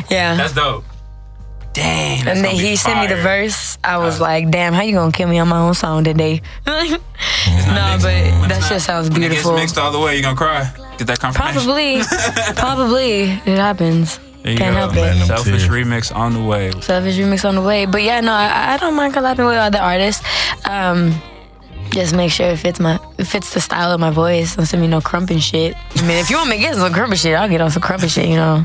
Speaker 1: yeah.
Speaker 3: That's dope. Dang. that's
Speaker 1: And then
Speaker 3: gonna be
Speaker 1: he sent me the
Speaker 3: fire. Uh.
Speaker 1: verse. I was like, damn, how you gonna kill me on my own song today?
Speaker 3: Mm.
Speaker 1: no, but that shit sounds
Speaker 3: When it gets
Speaker 1: beautiful.
Speaker 3: mixed all the way, you gonna cry. Get that confirmation.
Speaker 1: Probably. Probably. It happens.
Speaker 3: There you
Speaker 1: Can't
Speaker 3: go.
Speaker 1: help it.
Speaker 2: Them
Speaker 3: Selfish
Speaker 2: too.
Speaker 3: remix on the way.
Speaker 1: Selfish remix on the way. But yeah, no, I, I don't mind collabing with other artists. Um, just make sure it fits my it fits the style of my voice. Don't send me no crumping shit. I mean, if you want me to get some crumping shit, I'll get on some crumping shit, you know.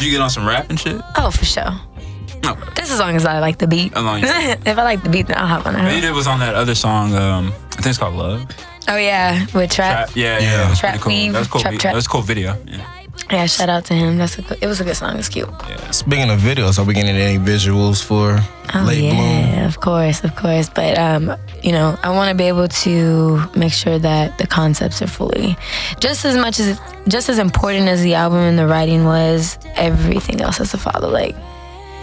Speaker 3: You get on some rap and shit.
Speaker 1: Oh, for sure.
Speaker 3: No.
Speaker 1: Just as long as I like the beat.
Speaker 3: Oh. As long as-
Speaker 1: if I like the beat, then I'll hop on
Speaker 3: He
Speaker 1: it.
Speaker 3: did was on that other song. Um, I think it's called Love.
Speaker 1: Oh yeah, with trap.
Speaker 3: Trap. Yeah, yeah.
Speaker 2: Yeah.
Speaker 3: yeah. That's
Speaker 1: Trap
Speaker 3: pretty cool.
Speaker 1: Weave,
Speaker 3: That was cool.
Speaker 1: Trap
Speaker 3: vi-
Speaker 1: Trap.
Speaker 3: That was cool video. Yeah.
Speaker 1: Yeah, shout out to him. That's a good, it was a good song. It's cute.
Speaker 2: Speaking of videos, are we getting any visuals for
Speaker 1: Oh,
Speaker 2: late
Speaker 1: yeah,
Speaker 2: bloom.
Speaker 1: of course, of course. But um, you know, I want to be able to make sure that the concepts are fully, just as much as just as important as the album and the writing was. Everything else has to follow. Like,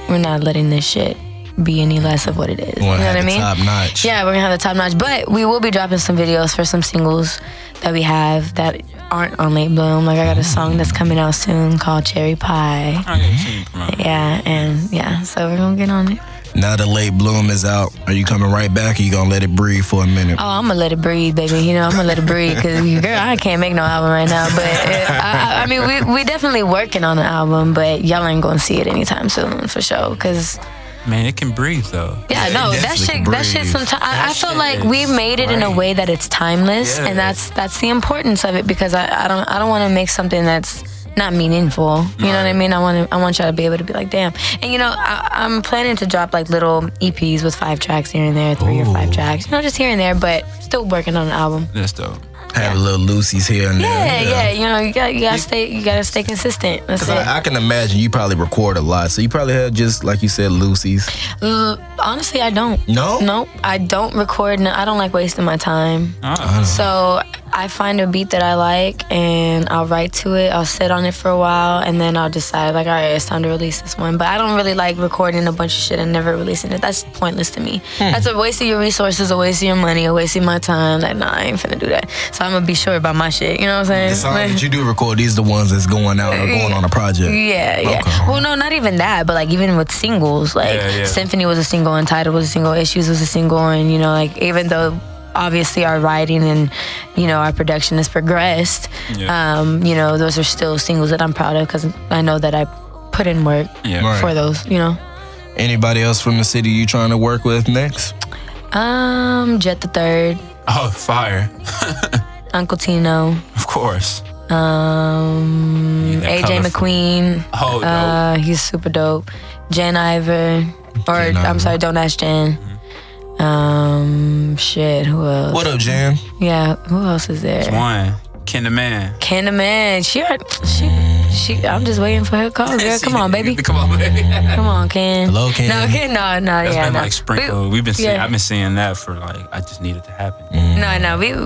Speaker 1: we're not letting this shit be any less of what it is. You know
Speaker 2: Wanna
Speaker 1: what
Speaker 2: have
Speaker 1: I
Speaker 2: the
Speaker 1: mean?
Speaker 2: Top notch.
Speaker 1: Yeah, we're gonna have the top notch, but we will be dropping some videos for some singles that we have that aren't on Late Bloom. Like I got a song that's coming out soon called Cherry Pie.
Speaker 3: I ain't seen it come out.
Speaker 1: Yeah, and yeah, so we're gonna get on it.
Speaker 2: Now the late bloom is out. Are you coming right back? Or you gonna let it breathe for a minute?
Speaker 1: Oh, I'm gonna let it breathe, baby. You know, I'm gonna let it breathe because girl, I can't make no album right now. But uh, I, I- I mean, we we definitely working on an album, but y'all ain't gonna see it anytime soon for sure. Cause
Speaker 3: Man, it can breathe though.
Speaker 1: yeah, no, that
Speaker 2: definitely
Speaker 1: shit,
Speaker 2: can
Speaker 1: that shit.
Speaker 2: breathe.
Speaker 1: Sometimes I, I
Speaker 3: That
Speaker 1: feel
Speaker 3: shit
Speaker 1: like we
Speaker 3: is
Speaker 1: made it in a
Speaker 3: great.
Speaker 1: way that it's timeless,
Speaker 3: Yeah.
Speaker 1: and that's that's the importance of it because I, I don't I don't want to make something that's not meaningful. You know what I mean? I want to I want y'all to be able to be like, damn. And you know, I, I'm planning to drop like little EPs with five tracks here and there, three or five
Speaker 2: Ooh.
Speaker 1: tracks, you know, just here and there, but still working on an album.
Speaker 3: That's dope.
Speaker 2: Have a little Lucy's here and
Speaker 1: Yeah,
Speaker 2: there.
Speaker 1: yeah, you know, you got you gotta stay you gotta stay consistent. That's
Speaker 2: 'Cause
Speaker 1: it.
Speaker 2: I, I can imagine you probably record a lot, so you probably have just like you said, Lucy's.
Speaker 1: L- Honestly, I don't.
Speaker 2: No,
Speaker 1: Nope, I don't record. No, I don't like wasting my time.
Speaker 3: Ah,
Speaker 1: So I find a beat that I like and I'll write to it. I'll sit on it for a while and then I'll decide like, all right, it's time to release this one. But I don't really like recording a bunch of shit and never releasing it. That's pointless to me. That's a waste of your resources, a waste of your money, a waste of my time. Like, nah, I ain't finna do that. So I'm gonna be sure about my shit. You know what I'm saying?
Speaker 2: the songs
Speaker 1: Like-
Speaker 2: that you do record, these the ones that's going out or going on a project.
Speaker 1: yeah, yeah.
Speaker 2: Okay.
Speaker 1: Well, no, not even that, but like even with singles, like
Speaker 3: Yeah, yeah.
Speaker 1: Symphony was a single, and Title was a single, Issues was a single, and you know, like even though obviously our writing and you know our production has progressed,
Speaker 3: Yeah.
Speaker 1: um, you know, those are still singles that I'm proud of because I know that I put in work
Speaker 3: Oh, yeah.
Speaker 2: Right.
Speaker 1: for those. You know,
Speaker 2: Anybody else from the city you trying to work with next?
Speaker 1: um, Jet the Third,
Speaker 3: Oh, fire.
Speaker 1: Uncle Tino,
Speaker 3: Of course.
Speaker 1: um,
Speaker 3: Yeah,
Speaker 1: AJ
Speaker 3: colorful.
Speaker 1: McQueen.
Speaker 3: Oh, dope.
Speaker 1: Uh, he's super dope. Jen Ivor, or
Speaker 2: Jen Ivor.
Speaker 1: I'm sorry, don't ask Jen. Um, shit. Who else?
Speaker 2: What up, Jan?
Speaker 1: Yeah, who else is there?
Speaker 3: One. Ken the man.
Speaker 1: Candyman. She, already- she, she. I'm just waiting for her call, girl. Come on, baby.
Speaker 3: Come on, baby.
Speaker 1: Come on, Ken.
Speaker 2: Hello, Ken.
Speaker 1: No, Ken. No, no,
Speaker 3: That's
Speaker 1: yeah,
Speaker 3: been
Speaker 1: no.
Speaker 3: like sprinkled. We, have been seeing,
Speaker 1: yeah.
Speaker 3: I've been seeing that for like I just need it to happen.
Speaker 2: Mm.
Speaker 1: We, no,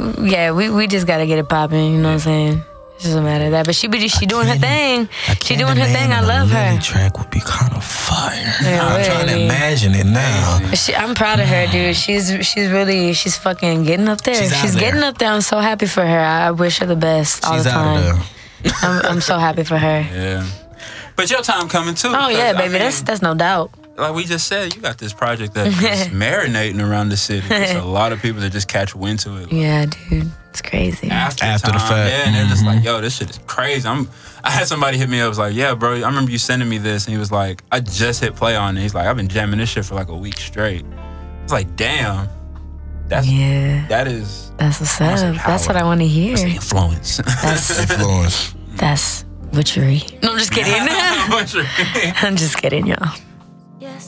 Speaker 1: no. We, yeah, we, we just gotta get it popping. You know what I'm saying? It doesn't matter that, but she be she doing her thing. She doing her thing. I love her.
Speaker 2: Track would be kind of fire.
Speaker 1: Yeah,
Speaker 2: I'm trying to
Speaker 1: really.
Speaker 2: imagine it now.
Speaker 1: She, I'm proud of her, dude. She's she's really she's fucking getting up there.
Speaker 2: She's
Speaker 1: She's,
Speaker 2: out there.
Speaker 1: getting up there. I'm so happy for her. I wish her the best all
Speaker 2: She's
Speaker 1: the
Speaker 2: out
Speaker 1: time.
Speaker 2: of there.
Speaker 1: I'm, I'm so happy for her.
Speaker 3: Yeah. But your time coming too.
Speaker 1: Oh yeah,
Speaker 3: because, I
Speaker 1: baby. that's
Speaker 3: mean,
Speaker 1: that's no doubt.
Speaker 3: like we just said, you got this project that's just marinating around the city. There's a lot of people that just catch wind to it.
Speaker 1: Yeah, dude. It's crazy.
Speaker 2: Ah.
Speaker 3: After,
Speaker 2: After the
Speaker 3: time,
Speaker 2: fact. Mm-hmm.
Speaker 3: yeah, and they're just like, "Yo, this shit is crazy." I'm, I had somebody hit me up, was like, "Yeah, bro, I remember you sending me this," and he was like, "I just hit play on it." He's like, "I've been jamming this shit for like a week straight." I was like, "Damn, that's
Speaker 1: Yeah,
Speaker 3: that is
Speaker 1: that's what's
Speaker 3: That's
Speaker 1: up. That's
Speaker 3: power.
Speaker 1: what I want to hear.
Speaker 3: influence."
Speaker 1: That's
Speaker 2: Influence.
Speaker 1: that's witchery. No, I'm just kidding.
Speaker 3: What you mean?
Speaker 1: I'm just kidding, y'all.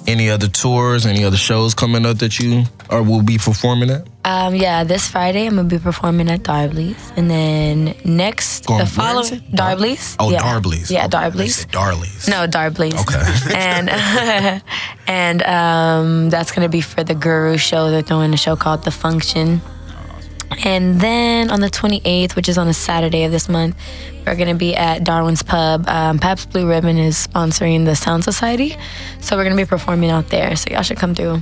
Speaker 2: Any other tours? Any other shows coming up that you or will be performing at?
Speaker 1: Um, yeah, this Friday I'm gonna be performing at Darbley's, and then next
Speaker 2: Going
Speaker 1: the
Speaker 2: where is
Speaker 1: following Darbley's.
Speaker 2: Oh,
Speaker 1: yeah.
Speaker 2: Darbley's.
Speaker 1: Yeah,
Speaker 2: Okay, I thought you
Speaker 1: Darbley's.
Speaker 2: said Darley's.
Speaker 1: No, Darbley's.
Speaker 2: Okay.
Speaker 1: and and um, that's gonna be for the Guru show. They're throwing a show called The Function. And then on the 28th, which is on a Saturday of this month, we're gonna be at Darwin's Pub. Um, Paps Blue Ribbon is sponsoring the Sound Society, so we're gonna be performing out there. So y'all should come through.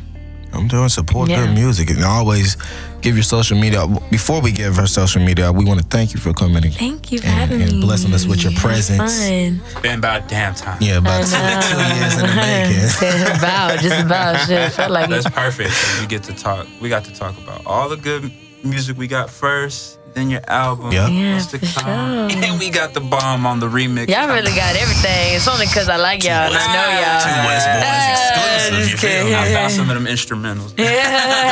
Speaker 2: I'm doing support
Speaker 1: Yeah.
Speaker 2: good music and always give your social media. Before we give her social media, we want to thank you for coming and,
Speaker 1: Thank you for
Speaker 2: and-
Speaker 1: having
Speaker 2: and
Speaker 1: me.
Speaker 2: blessing us with your presence.
Speaker 1: Fun.
Speaker 3: Been about damn time.
Speaker 2: Yeah, about two
Speaker 1: I
Speaker 2: years in the making.
Speaker 1: know. about, just about. Shit, felt like
Speaker 3: That's
Speaker 1: it.
Speaker 3: perfect. We get to talk. We got to talk about all the good music we got first, then your album.
Speaker 2: Yeah.
Speaker 1: Yeah,
Speaker 3: what's to
Speaker 1: for
Speaker 3: come,
Speaker 1: sure.
Speaker 3: And we got the bomb on the remix.
Speaker 1: Y'all really got everything. It's only because I like y'all and I know y'all.
Speaker 2: Two West
Speaker 1: Ah,
Speaker 2: Boys exclusive.
Speaker 1: just
Speaker 2: You feel
Speaker 1: kidding.
Speaker 2: me?
Speaker 3: I found some of them instrumentals.
Speaker 1: Yeah.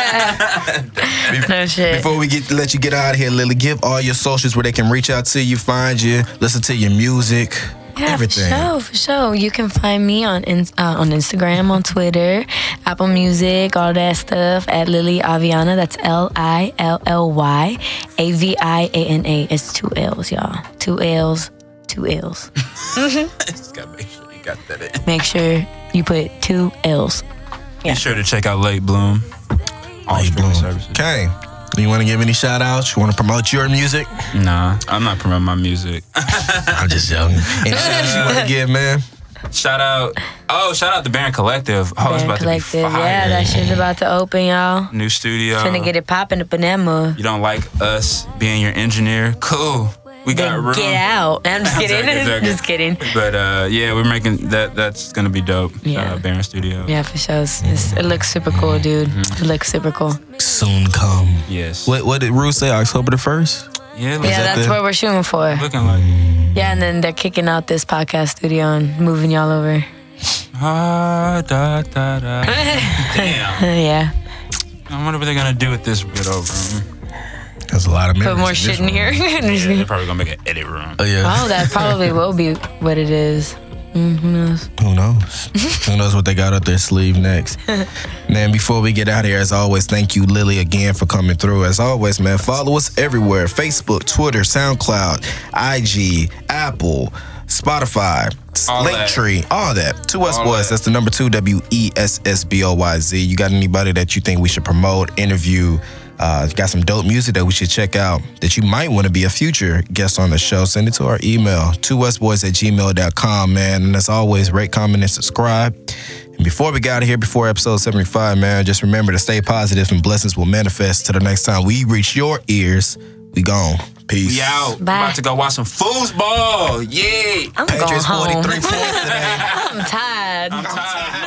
Speaker 1: no shit.
Speaker 2: Before we get let you get out of here, Lily, give all your socials where they can reach out to you, find you, listen to your music,
Speaker 1: yeah, for
Speaker 2: everything.
Speaker 1: sure, for sure. You can find me on in, uh, on Instagram, on Twitter, Apple Music, all that stuff at Lily Aviana. That's L I L L Y A V I A N A. It's two L's, y'all. Two L's, two L's.
Speaker 3: Just gotta make sure you got that in.
Speaker 1: Make sure you put two L's. Yeah.
Speaker 3: Be sure to check out Late Bloom. All
Speaker 2: Late
Speaker 3: streaming
Speaker 2: Bloom.
Speaker 3: services.
Speaker 2: Okay. You want to give any shout outs? You want to promote your music?
Speaker 3: Nah, I'm not promoting my music.
Speaker 2: I'm just joking. Any shout outs you want to give, man?
Speaker 3: shout out. Oh, shout out the Baron Collective. Oh, it's
Speaker 1: Band
Speaker 3: about
Speaker 1: Collective.
Speaker 3: to be fire.
Speaker 1: Yeah, that shit's about to open, y'all.
Speaker 3: New studio.
Speaker 1: Finna get it popping up in that mug.
Speaker 3: You don't like us being your engineer? Cool. We got
Speaker 1: Then
Speaker 3: room.
Speaker 1: get out. I'm just kidding.
Speaker 3: Exactly, exactly.
Speaker 1: just kidding.
Speaker 3: But uh, yeah, we're making that. That's gonna be dope.
Speaker 1: Yeah.
Speaker 3: Uh, Baron Studio.
Speaker 1: Yeah, for sure. It's, it's- it looks super cool, dude.
Speaker 3: Mm-hmm.
Speaker 1: It looks super cool.
Speaker 2: Soon come.
Speaker 3: Yes.
Speaker 2: What What did Ruth say? October the first.
Speaker 1: Yeah,
Speaker 3: Yeah. yeah
Speaker 2: that
Speaker 1: that's
Speaker 2: the-
Speaker 1: what we're shooting for.
Speaker 3: looking like.
Speaker 1: Yeah, and then they're kicking out this podcast studio and moving y'all over.
Speaker 3: Ah, da, da, da. Damn.
Speaker 1: yeah.
Speaker 3: I wonder what they're gonna do with this good old room.
Speaker 2: There's a lot of
Speaker 1: Put
Speaker 2: memories
Speaker 1: more
Speaker 2: this
Speaker 1: shit in
Speaker 2: one.
Speaker 1: here.
Speaker 3: Yeah, they're probably gonna make an edit room.
Speaker 2: Oh yeah.
Speaker 1: oh, that probably will be what it is. Mm, who knows?
Speaker 2: Who knows? Who knows what they got up their sleeve next? man, before we get out of here, as always, thank you, Lily, again for coming through. As always, man, follow us everywhere Facebook, Twitter, SoundCloud, IG, Apple, Spotify,
Speaker 3: All that.
Speaker 2: Linktree, all that. Two S
Speaker 3: All
Speaker 2: Boys,
Speaker 3: that.
Speaker 2: that's the number two, W E S S B O Y Z. You got anybody that you think we should promote, interview? Uh, got some dope music that we should check out that you might want to be a future guest on the show. Send it to our email, 2westboys at gmail.com, man. And as always, rate, comment, and subscribe. And before we got here, before episode 75, man, just remember to stay positive and blessings will manifest. Till the next time we reach your ears, we gone. Peace.
Speaker 3: We out.
Speaker 1: Bye.
Speaker 3: About to go watch some foosball. Yeah.
Speaker 1: I'm going
Speaker 2: Patriots
Speaker 1: home.
Speaker 2: 43 points today.
Speaker 1: I'm tired.
Speaker 3: I'm tired.